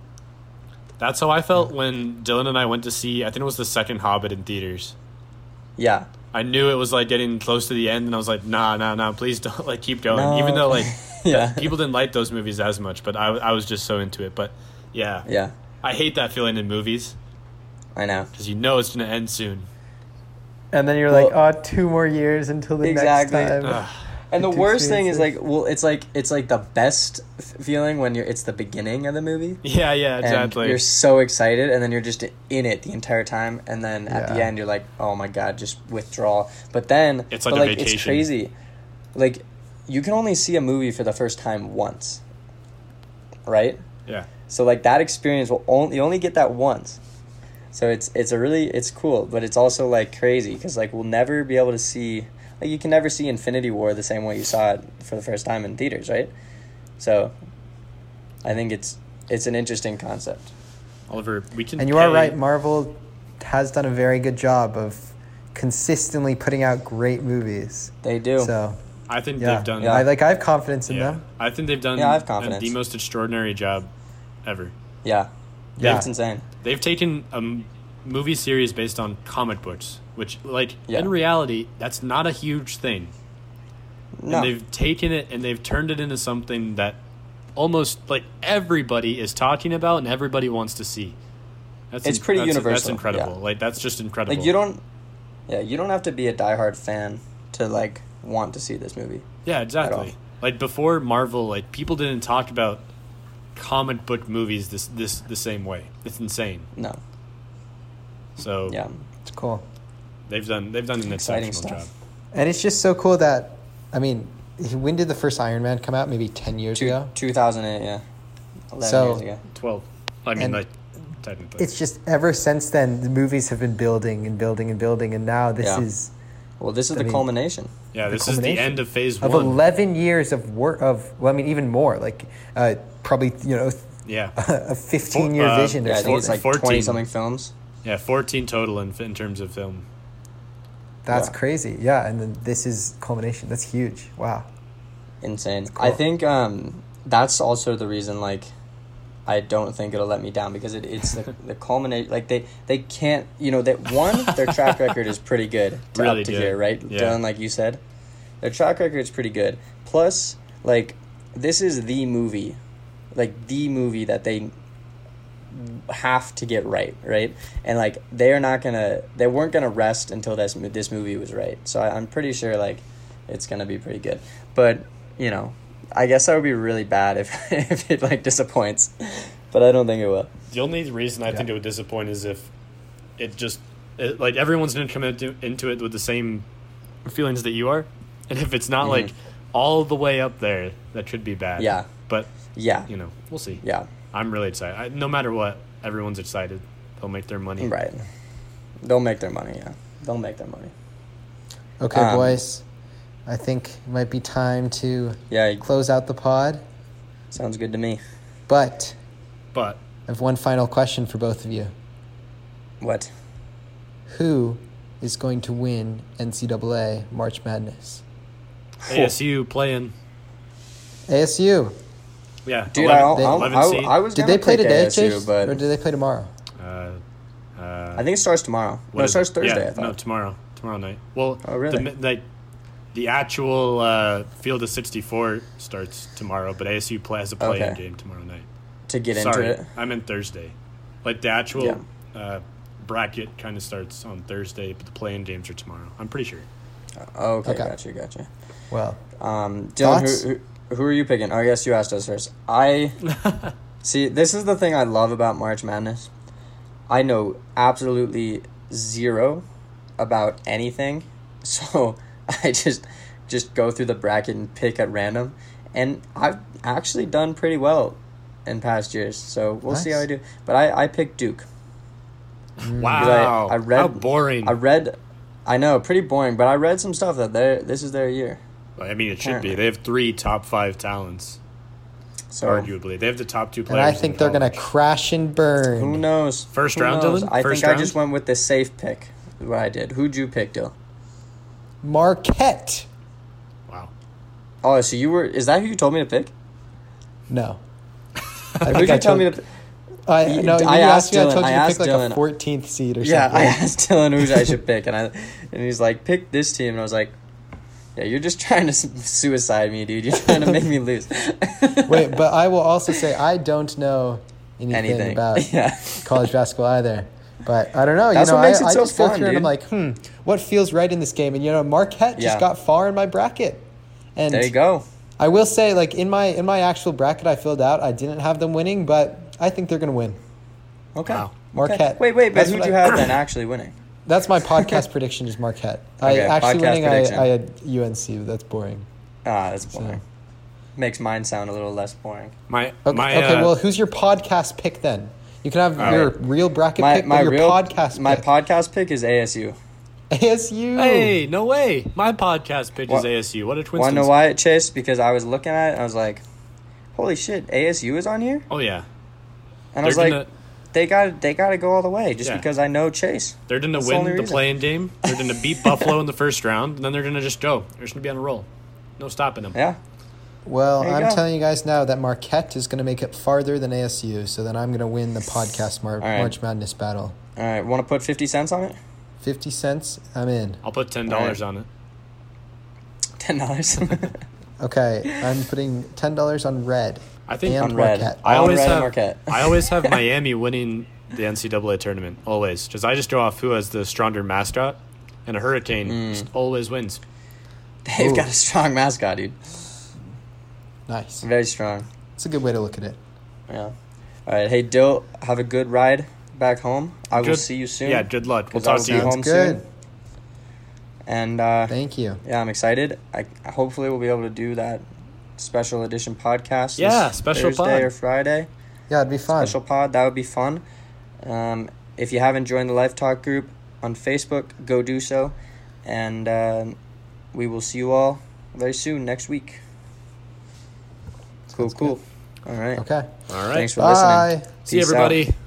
Speaker 3: That's how I felt when Dylan and I went to see. I think it was the second Hobbit in theaters.
Speaker 2: yeah
Speaker 3: I knew it was like getting close to the end, and I was like, "Nah, nah, nah! Please don't [laughs] like keep going." Even
Speaker 2: No.
Speaker 3: though like
Speaker 2: [laughs] yeah
Speaker 3: people didn't like those movies as much, but I I was just so into it. But yeah,
Speaker 2: yeah
Speaker 3: I hate that feeling in movies
Speaker 2: i know
Speaker 3: because you know it's gonna end soon.
Speaker 1: And then you're
Speaker 2: like,
Speaker 1: oh, two more years until the
Speaker 2: Exactly.
Speaker 3: Ugh.
Speaker 2: And the
Speaker 1: to
Speaker 2: worst thing is
Speaker 1: experience
Speaker 2: like, well, it's like it's like the best f- feeling when you're. It's the beginning of the movie.
Speaker 3: Yeah, yeah,
Speaker 2: And
Speaker 3: exactly.
Speaker 2: you're so excited, and then you're just in it the entire time, and then at the
Speaker 1: Yeah.
Speaker 2: end, you're like, "Oh my god, just withdraw." But then,
Speaker 3: It's
Speaker 2: but,
Speaker 3: like a
Speaker 2: It's
Speaker 3: vacation.
Speaker 2: crazy. Like, you can only see a movie for the first time once, right?
Speaker 3: yeah.
Speaker 2: So like that experience will only you only get that once. So it's it's a really it's cool, but it's also like crazy because like we'll never be able to see like you can never see Infinity War the same way you saw it for the first time in theaters, right? So I think it's it's an interesting concept.
Speaker 3: Oliver, we can.
Speaker 1: And you are
Speaker 3: pay-
Speaker 1: right, Marvel has done a very good job of consistently putting out great movies.
Speaker 2: They do.
Speaker 1: So
Speaker 3: I think
Speaker 1: yeah,
Speaker 3: they've done.
Speaker 1: I like I have confidence in
Speaker 3: yeah.
Speaker 1: them.
Speaker 3: I think they've done
Speaker 2: Yeah, I have
Speaker 3: uh,
Speaker 2: confidence.
Speaker 3: the most extraordinary job ever.
Speaker 2: yeah.
Speaker 1: Yeah.
Speaker 2: It's insane.
Speaker 3: They've taken a m- movie series based on comic books, which, like,
Speaker 2: Yeah.
Speaker 3: in reality, that's not a huge thing.
Speaker 2: No.
Speaker 3: And they've taken it and they've turned it into something that almost like everybody is talking about and everybody wants to see. That's
Speaker 2: It's pretty
Speaker 3: that's, That's
Speaker 2: universal,
Speaker 3: incredible.
Speaker 2: yeah.
Speaker 3: Like that's just incredible.
Speaker 2: Like you don't Yeah, you don't have to be a diehard fan to like want to see this movie.
Speaker 3: Yeah, exactly.
Speaker 2: all.
Speaker 3: Like before Marvel, like people didn't talk about comic book movies this this the same way. It's insane.
Speaker 2: No.
Speaker 3: So
Speaker 2: Yeah.
Speaker 1: It's cool.
Speaker 3: they've done they've done an
Speaker 2: Exciting
Speaker 3: exceptional
Speaker 2: stuff.
Speaker 3: job.
Speaker 1: And it's just so cool that I mean, when did the first Iron Man come out? Maybe ten years
Speaker 2: Two,
Speaker 1: ago.
Speaker 2: 2008, yeah. 11
Speaker 1: So-
Speaker 2: years ago.
Speaker 3: Twelve. I mean,
Speaker 1: And
Speaker 3: like technically,
Speaker 1: It's just ever since then the movies have been building and building and building, and now this
Speaker 2: Yeah.
Speaker 1: is
Speaker 2: Well, this is
Speaker 1: I
Speaker 2: the
Speaker 1: mean-
Speaker 2: culmination.
Speaker 3: yeah.
Speaker 1: the
Speaker 3: This is the
Speaker 1: culmination
Speaker 3: end of phase
Speaker 1: of
Speaker 3: one.
Speaker 1: eleven years of work of well, I mean even more like uh, probably you know [laughs]
Speaker 3: yeah,
Speaker 1: a fifteen year
Speaker 3: Uh,
Speaker 1: vision or
Speaker 2: Yeah, I think it's
Speaker 1: something.
Speaker 2: like
Speaker 3: 14.
Speaker 2: 20 something films.
Speaker 3: yeah. Fourteen total in in terms of film.
Speaker 1: That's
Speaker 2: yeah.
Speaker 1: crazy. Yeah, and then this is culmination. That's huge. Wow.
Speaker 2: Insane.
Speaker 1: cool.
Speaker 2: I think um, that's also the reason, like, I don't think it'll let me down because it, it's the, the culmination. Like, they, they can't, you know, that one, their track record is pretty good. To
Speaker 3: Really
Speaker 2: up to
Speaker 3: good.
Speaker 2: here, right?
Speaker 3: Yeah.
Speaker 2: Dylan, like you said. Their track record is pretty good. Plus, like, this is the movie, like, the movie that they have to get right, right? And like they're not gonna, they weren't gonna rest until this mo- this movie was right. So I, I'm pretty sure like it's gonna be pretty good. But you know, I guess that would be really bad if [laughs] if it like disappoints. But I don't think it will.
Speaker 3: The only reason I think it would disappoint is if it just it, like everyone's gonna come into, into it with the same feelings that you are, and if it's not like all the way up there, that could be bad.
Speaker 2: Mm-hmm. Yeah.
Speaker 3: but
Speaker 2: Yeah,
Speaker 3: you know, we'll see.
Speaker 2: yeah,
Speaker 3: I'm really excited. I, no matter what, everyone's excited. They'll make their money.
Speaker 2: right. They'll make their money. Yeah, they'll make their money.
Speaker 1: Okay,
Speaker 2: Um,
Speaker 1: boys. I think it might be time to
Speaker 2: Yeah,
Speaker 1: close out the pod,
Speaker 2: sounds good to me.
Speaker 1: but
Speaker 3: But
Speaker 1: I have one final question for both of you.
Speaker 2: What?
Speaker 1: Who is going to win NCAA March Madness?
Speaker 3: ASU playing.
Speaker 1: ASU.
Speaker 3: Yeah,
Speaker 2: Dude, I, I, I,
Speaker 3: seed.
Speaker 2: I was.
Speaker 1: Did
Speaker 2: gonna
Speaker 1: they play
Speaker 2: pick
Speaker 1: today,
Speaker 2: ASU,
Speaker 1: Chase?
Speaker 2: But
Speaker 1: or did they play tomorrow?
Speaker 3: uh, uh,
Speaker 2: I think it starts tomorrow.
Speaker 3: what
Speaker 2: No, it
Speaker 3: is
Speaker 2: starts
Speaker 3: it?
Speaker 2: Thursday.
Speaker 3: Yeah,
Speaker 2: I thought.
Speaker 3: no, tomorrow, tomorrow night. Well,
Speaker 2: Oh, really?
Speaker 3: The, mi- like the actual uh, field of sixty four starts tomorrow, but ASU play has a play in
Speaker 2: Okay.
Speaker 3: game tomorrow night.
Speaker 2: to get
Speaker 3: Sorry,
Speaker 2: into it.
Speaker 3: I meant Thursday. Like the actual uh, bracket kind of starts on Thursday, but the play in games are tomorrow. I'm pretty sure.
Speaker 2: Oh, Okay,
Speaker 1: Okay.
Speaker 2: gotcha, gotcha.
Speaker 1: Well,
Speaker 2: Um,
Speaker 1: Thoughts?
Speaker 2: Dylan, who, who, who are you picking? Oh, I guess you asked us first.
Speaker 1: [laughs]
Speaker 2: I see. This is the thing I love about March Madness. I know absolutely zero about anything, [laughs] so I just just go through the bracket and pick at random, and I've actually done pretty well in past years. So we'll see how
Speaker 1: Nice.
Speaker 2: I do. But I I picked Duke.
Speaker 3: Wow,
Speaker 2: Mm, I read-
Speaker 3: how boring.
Speaker 2: I read. I know, pretty boring, but I read some stuff that they this is their year.
Speaker 3: I mean, it should
Speaker 2: Apparently. Oh.
Speaker 3: be. They have three top five talents,
Speaker 2: So
Speaker 3: arguably. They have the top two
Speaker 1: and
Speaker 3: players.
Speaker 1: I think they're going to
Speaker 3: to.
Speaker 1: crash and burn.
Speaker 2: Who knows?
Speaker 3: First
Speaker 2: Who
Speaker 3: round,
Speaker 2: knows?
Speaker 3: Dylan?
Speaker 2: I
Speaker 3: First
Speaker 2: think
Speaker 3: round?
Speaker 2: I just went with the safe pick. is What I did. Who'd you pick, Dill?
Speaker 1: Marquette.
Speaker 3: Wow.
Speaker 2: Oh, so you were? Is that who you told me to pick? [laughs]
Speaker 1: No. I
Speaker 2: Who'd
Speaker 1: think
Speaker 2: you
Speaker 1: I
Speaker 2: tell
Speaker 1: told,
Speaker 2: me to? Pick?
Speaker 1: I,
Speaker 2: you-
Speaker 1: no,
Speaker 2: I
Speaker 1: you asked
Speaker 2: asked
Speaker 1: me. I
Speaker 2: Dylan-
Speaker 1: told you
Speaker 2: I
Speaker 1: to pick
Speaker 2: asked
Speaker 1: like
Speaker 2: Dylan.
Speaker 1: a 14th seed or
Speaker 2: Yeah, I
Speaker 1: something.
Speaker 2: asked Dylan who
Speaker 1: [laughs]
Speaker 2: I should pick, and I and he's like, pick this team, and I was like, yeah, you're just trying to s- suicide me,
Speaker 1: [laughs]
Speaker 2: dude. You're trying to make me lose.
Speaker 1: Wait, but I will also say I don't know anything,
Speaker 2: anything
Speaker 1: about
Speaker 2: [laughs] yeah.
Speaker 1: college basketball either. But I don't know.
Speaker 2: That's
Speaker 1: you know,
Speaker 2: what makes
Speaker 1: I,
Speaker 2: it
Speaker 1: I
Speaker 2: so
Speaker 1: just go
Speaker 2: fun,
Speaker 1: through and I'm
Speaker 2: dude.
Speaker 1: like, hmm, what feels right in this game? And you know, Marquette just
Speaker 2: Yeah.
Speaker 1: got far in my bracket. And
Speaker 2: There you go.
Speaker 1: I will say, like in my in my actual bracket I filled out, I didn't have them winning, but I think they're gonna win.
Speaker 2: Okay.
Speaker 3: Wow.
Speaker 1: Marquette.
Speaker 2: Okay. Wait, wait, but
Speaker 1: That's
Speaker 2: who
Speaker 1: what
Speaker 2: do you
Speaker 1: I- [laughs]
Speaker 2: have then actually winning?
Speaker 1: That's my podcast [laughs] prediction is Marquette. I
Speaker 2: Okay,
Speaker 1: actually
Speaker 2: podcast
Speaker 1: winning I,
Speaker 2: prediction.
Speaker 1: I had UNC, but that's boring.
Speaker 2: Ah, that's boring.
Speaker 1: So.
Speaker 2: Makes mine sound a little less boring.
Speaker 3: My
Speaker 1: Okay,
Speaker 3: my
Speaker 1: okay
Speaker 3: uh,
Speaker 1: well who's your podcast pick then? You can have
Speaker 3: All
Speaker 1: your
Speaker 2: right.
Speaker 1: real bracket
Speaker 2: My
Speaker 1: pick
Speaker 2: my
Speaker 1: or your
Speaker 2: real
Speaker 1: podcast
Speaker 2: my
Speaker 1: pick. [laughs]
Speaker 2: podcast pick is ASU.
Speaker 1: ASU.
Speaker 3: Hey, no way! My podcast pitch
Speaker 2: What-
Speaker 3: is ASU. What a twin.
Speaker 2: Want to know why it chased? Because I was looking at it and I was like, "Holy shit, ASU is on here!"
Speaker 3: Oh yeah,
Speaker 2: And I
Speaker 3: they're
Speaker 2: was like,
Speaker 3: gonna
Speaker 2: "They got they got to go all the way just
Speaker 3: Yeah.
Speaker 2: because I know Chase."
Speaker 3: they're gonna
Speaker 2: that's the
Speaker 3: win
Speaker 2: only
Speaker 3: the,
Speaker 2: reason.
Speaker 3: playing game. They're gonna
Speaker 2: [laughs]
Speaker 3: beat Buffalo in the first round, and then they're gonna just go. They're just gonna be on a roll. No stopping them.
Speaker 2: Yeah,
Speaker 1: Well,
Speaker 2: There you
Speaker 1: I'm
Speaker 2: go.
Speaker 1: telling you guys now that Marquette is going to make it farther than ASU, so then I'm going to win the podcast Mar-
Speaker 2: right.
Speaker 1: March Madness battle.
Speaker 2: all right. Want to put fifty cents on it? [laughs]
Speaker 1: 50 cents, I'm in.
Speaker 3: I'll put ten dollars on it.
Speaker 2: Ten dollars.
Speaker 1: Okay, I'm putting $10 on red.
Speaker 3: I think
Speaker 1: And
Speaker 2: [laughs] on red.
Speaker 1: Marquette.
Speaker 2: I
Speaker 3: I always
Speaker 2: always red and
Speaker 3: have-
Speaker 2: Marquette.
Speaker 3: [laughs] I always have Miami winning the NCAA tournament. Always, because I just go off who has the stronger mascot, and a hurricane
Speaker 2: Mm.
Speaker 3: just always wins.
Speaker 2: [laughs] They've got a strong mascot, dude.
Speaker 1: Nice.
Speaker 2: Very strong.
Speaker 1: It's a good way to look at it.
Speaker 2: Yeah. All right. Hey, Dill, have a good ride back home. I will
Speaker 3: Good-
Speaker 2: see you soon.
Speaker 3: Yeah, good luck. We'll
Speaker 2: 'cause I
Speaker 3: talk
Speaker 2: will
Speaker 3: to
Speaker 2: be
Speaker 3: you.
Speaker 2: home
Speaker 1: good.
Speaker 2: soon. And uh,
Speaker 1: Thank you.
Speaker 2: yeah, I'm excited. I I- hopefully we'll be able to do that special edition podcast.
Speaker 3: Yeah,
Speaker 2: this
Speaker 3: special
Speaker 2: Thursday
Speaker 3: pod.
Speaker 2: or Friday.
Speaker 1: Yeah, it'd be fun.
Speaker 2: Special pod. That would be fun. Um, if you haven't joined the Life Talk group on Facebook, go do so. And um we will see you all very soon next week. Cool,
Speaker 1: Sounds
Speaker 2: cool. All right.
Speaker 1: Okay.
Speaker 3: All right.
Speaker 2: Thanks for
Speaker 1: Bye.
Speaker 2: listening.
Speaker 3: See you,
Speaker 2: Peace out.
Speaker 3: everybody.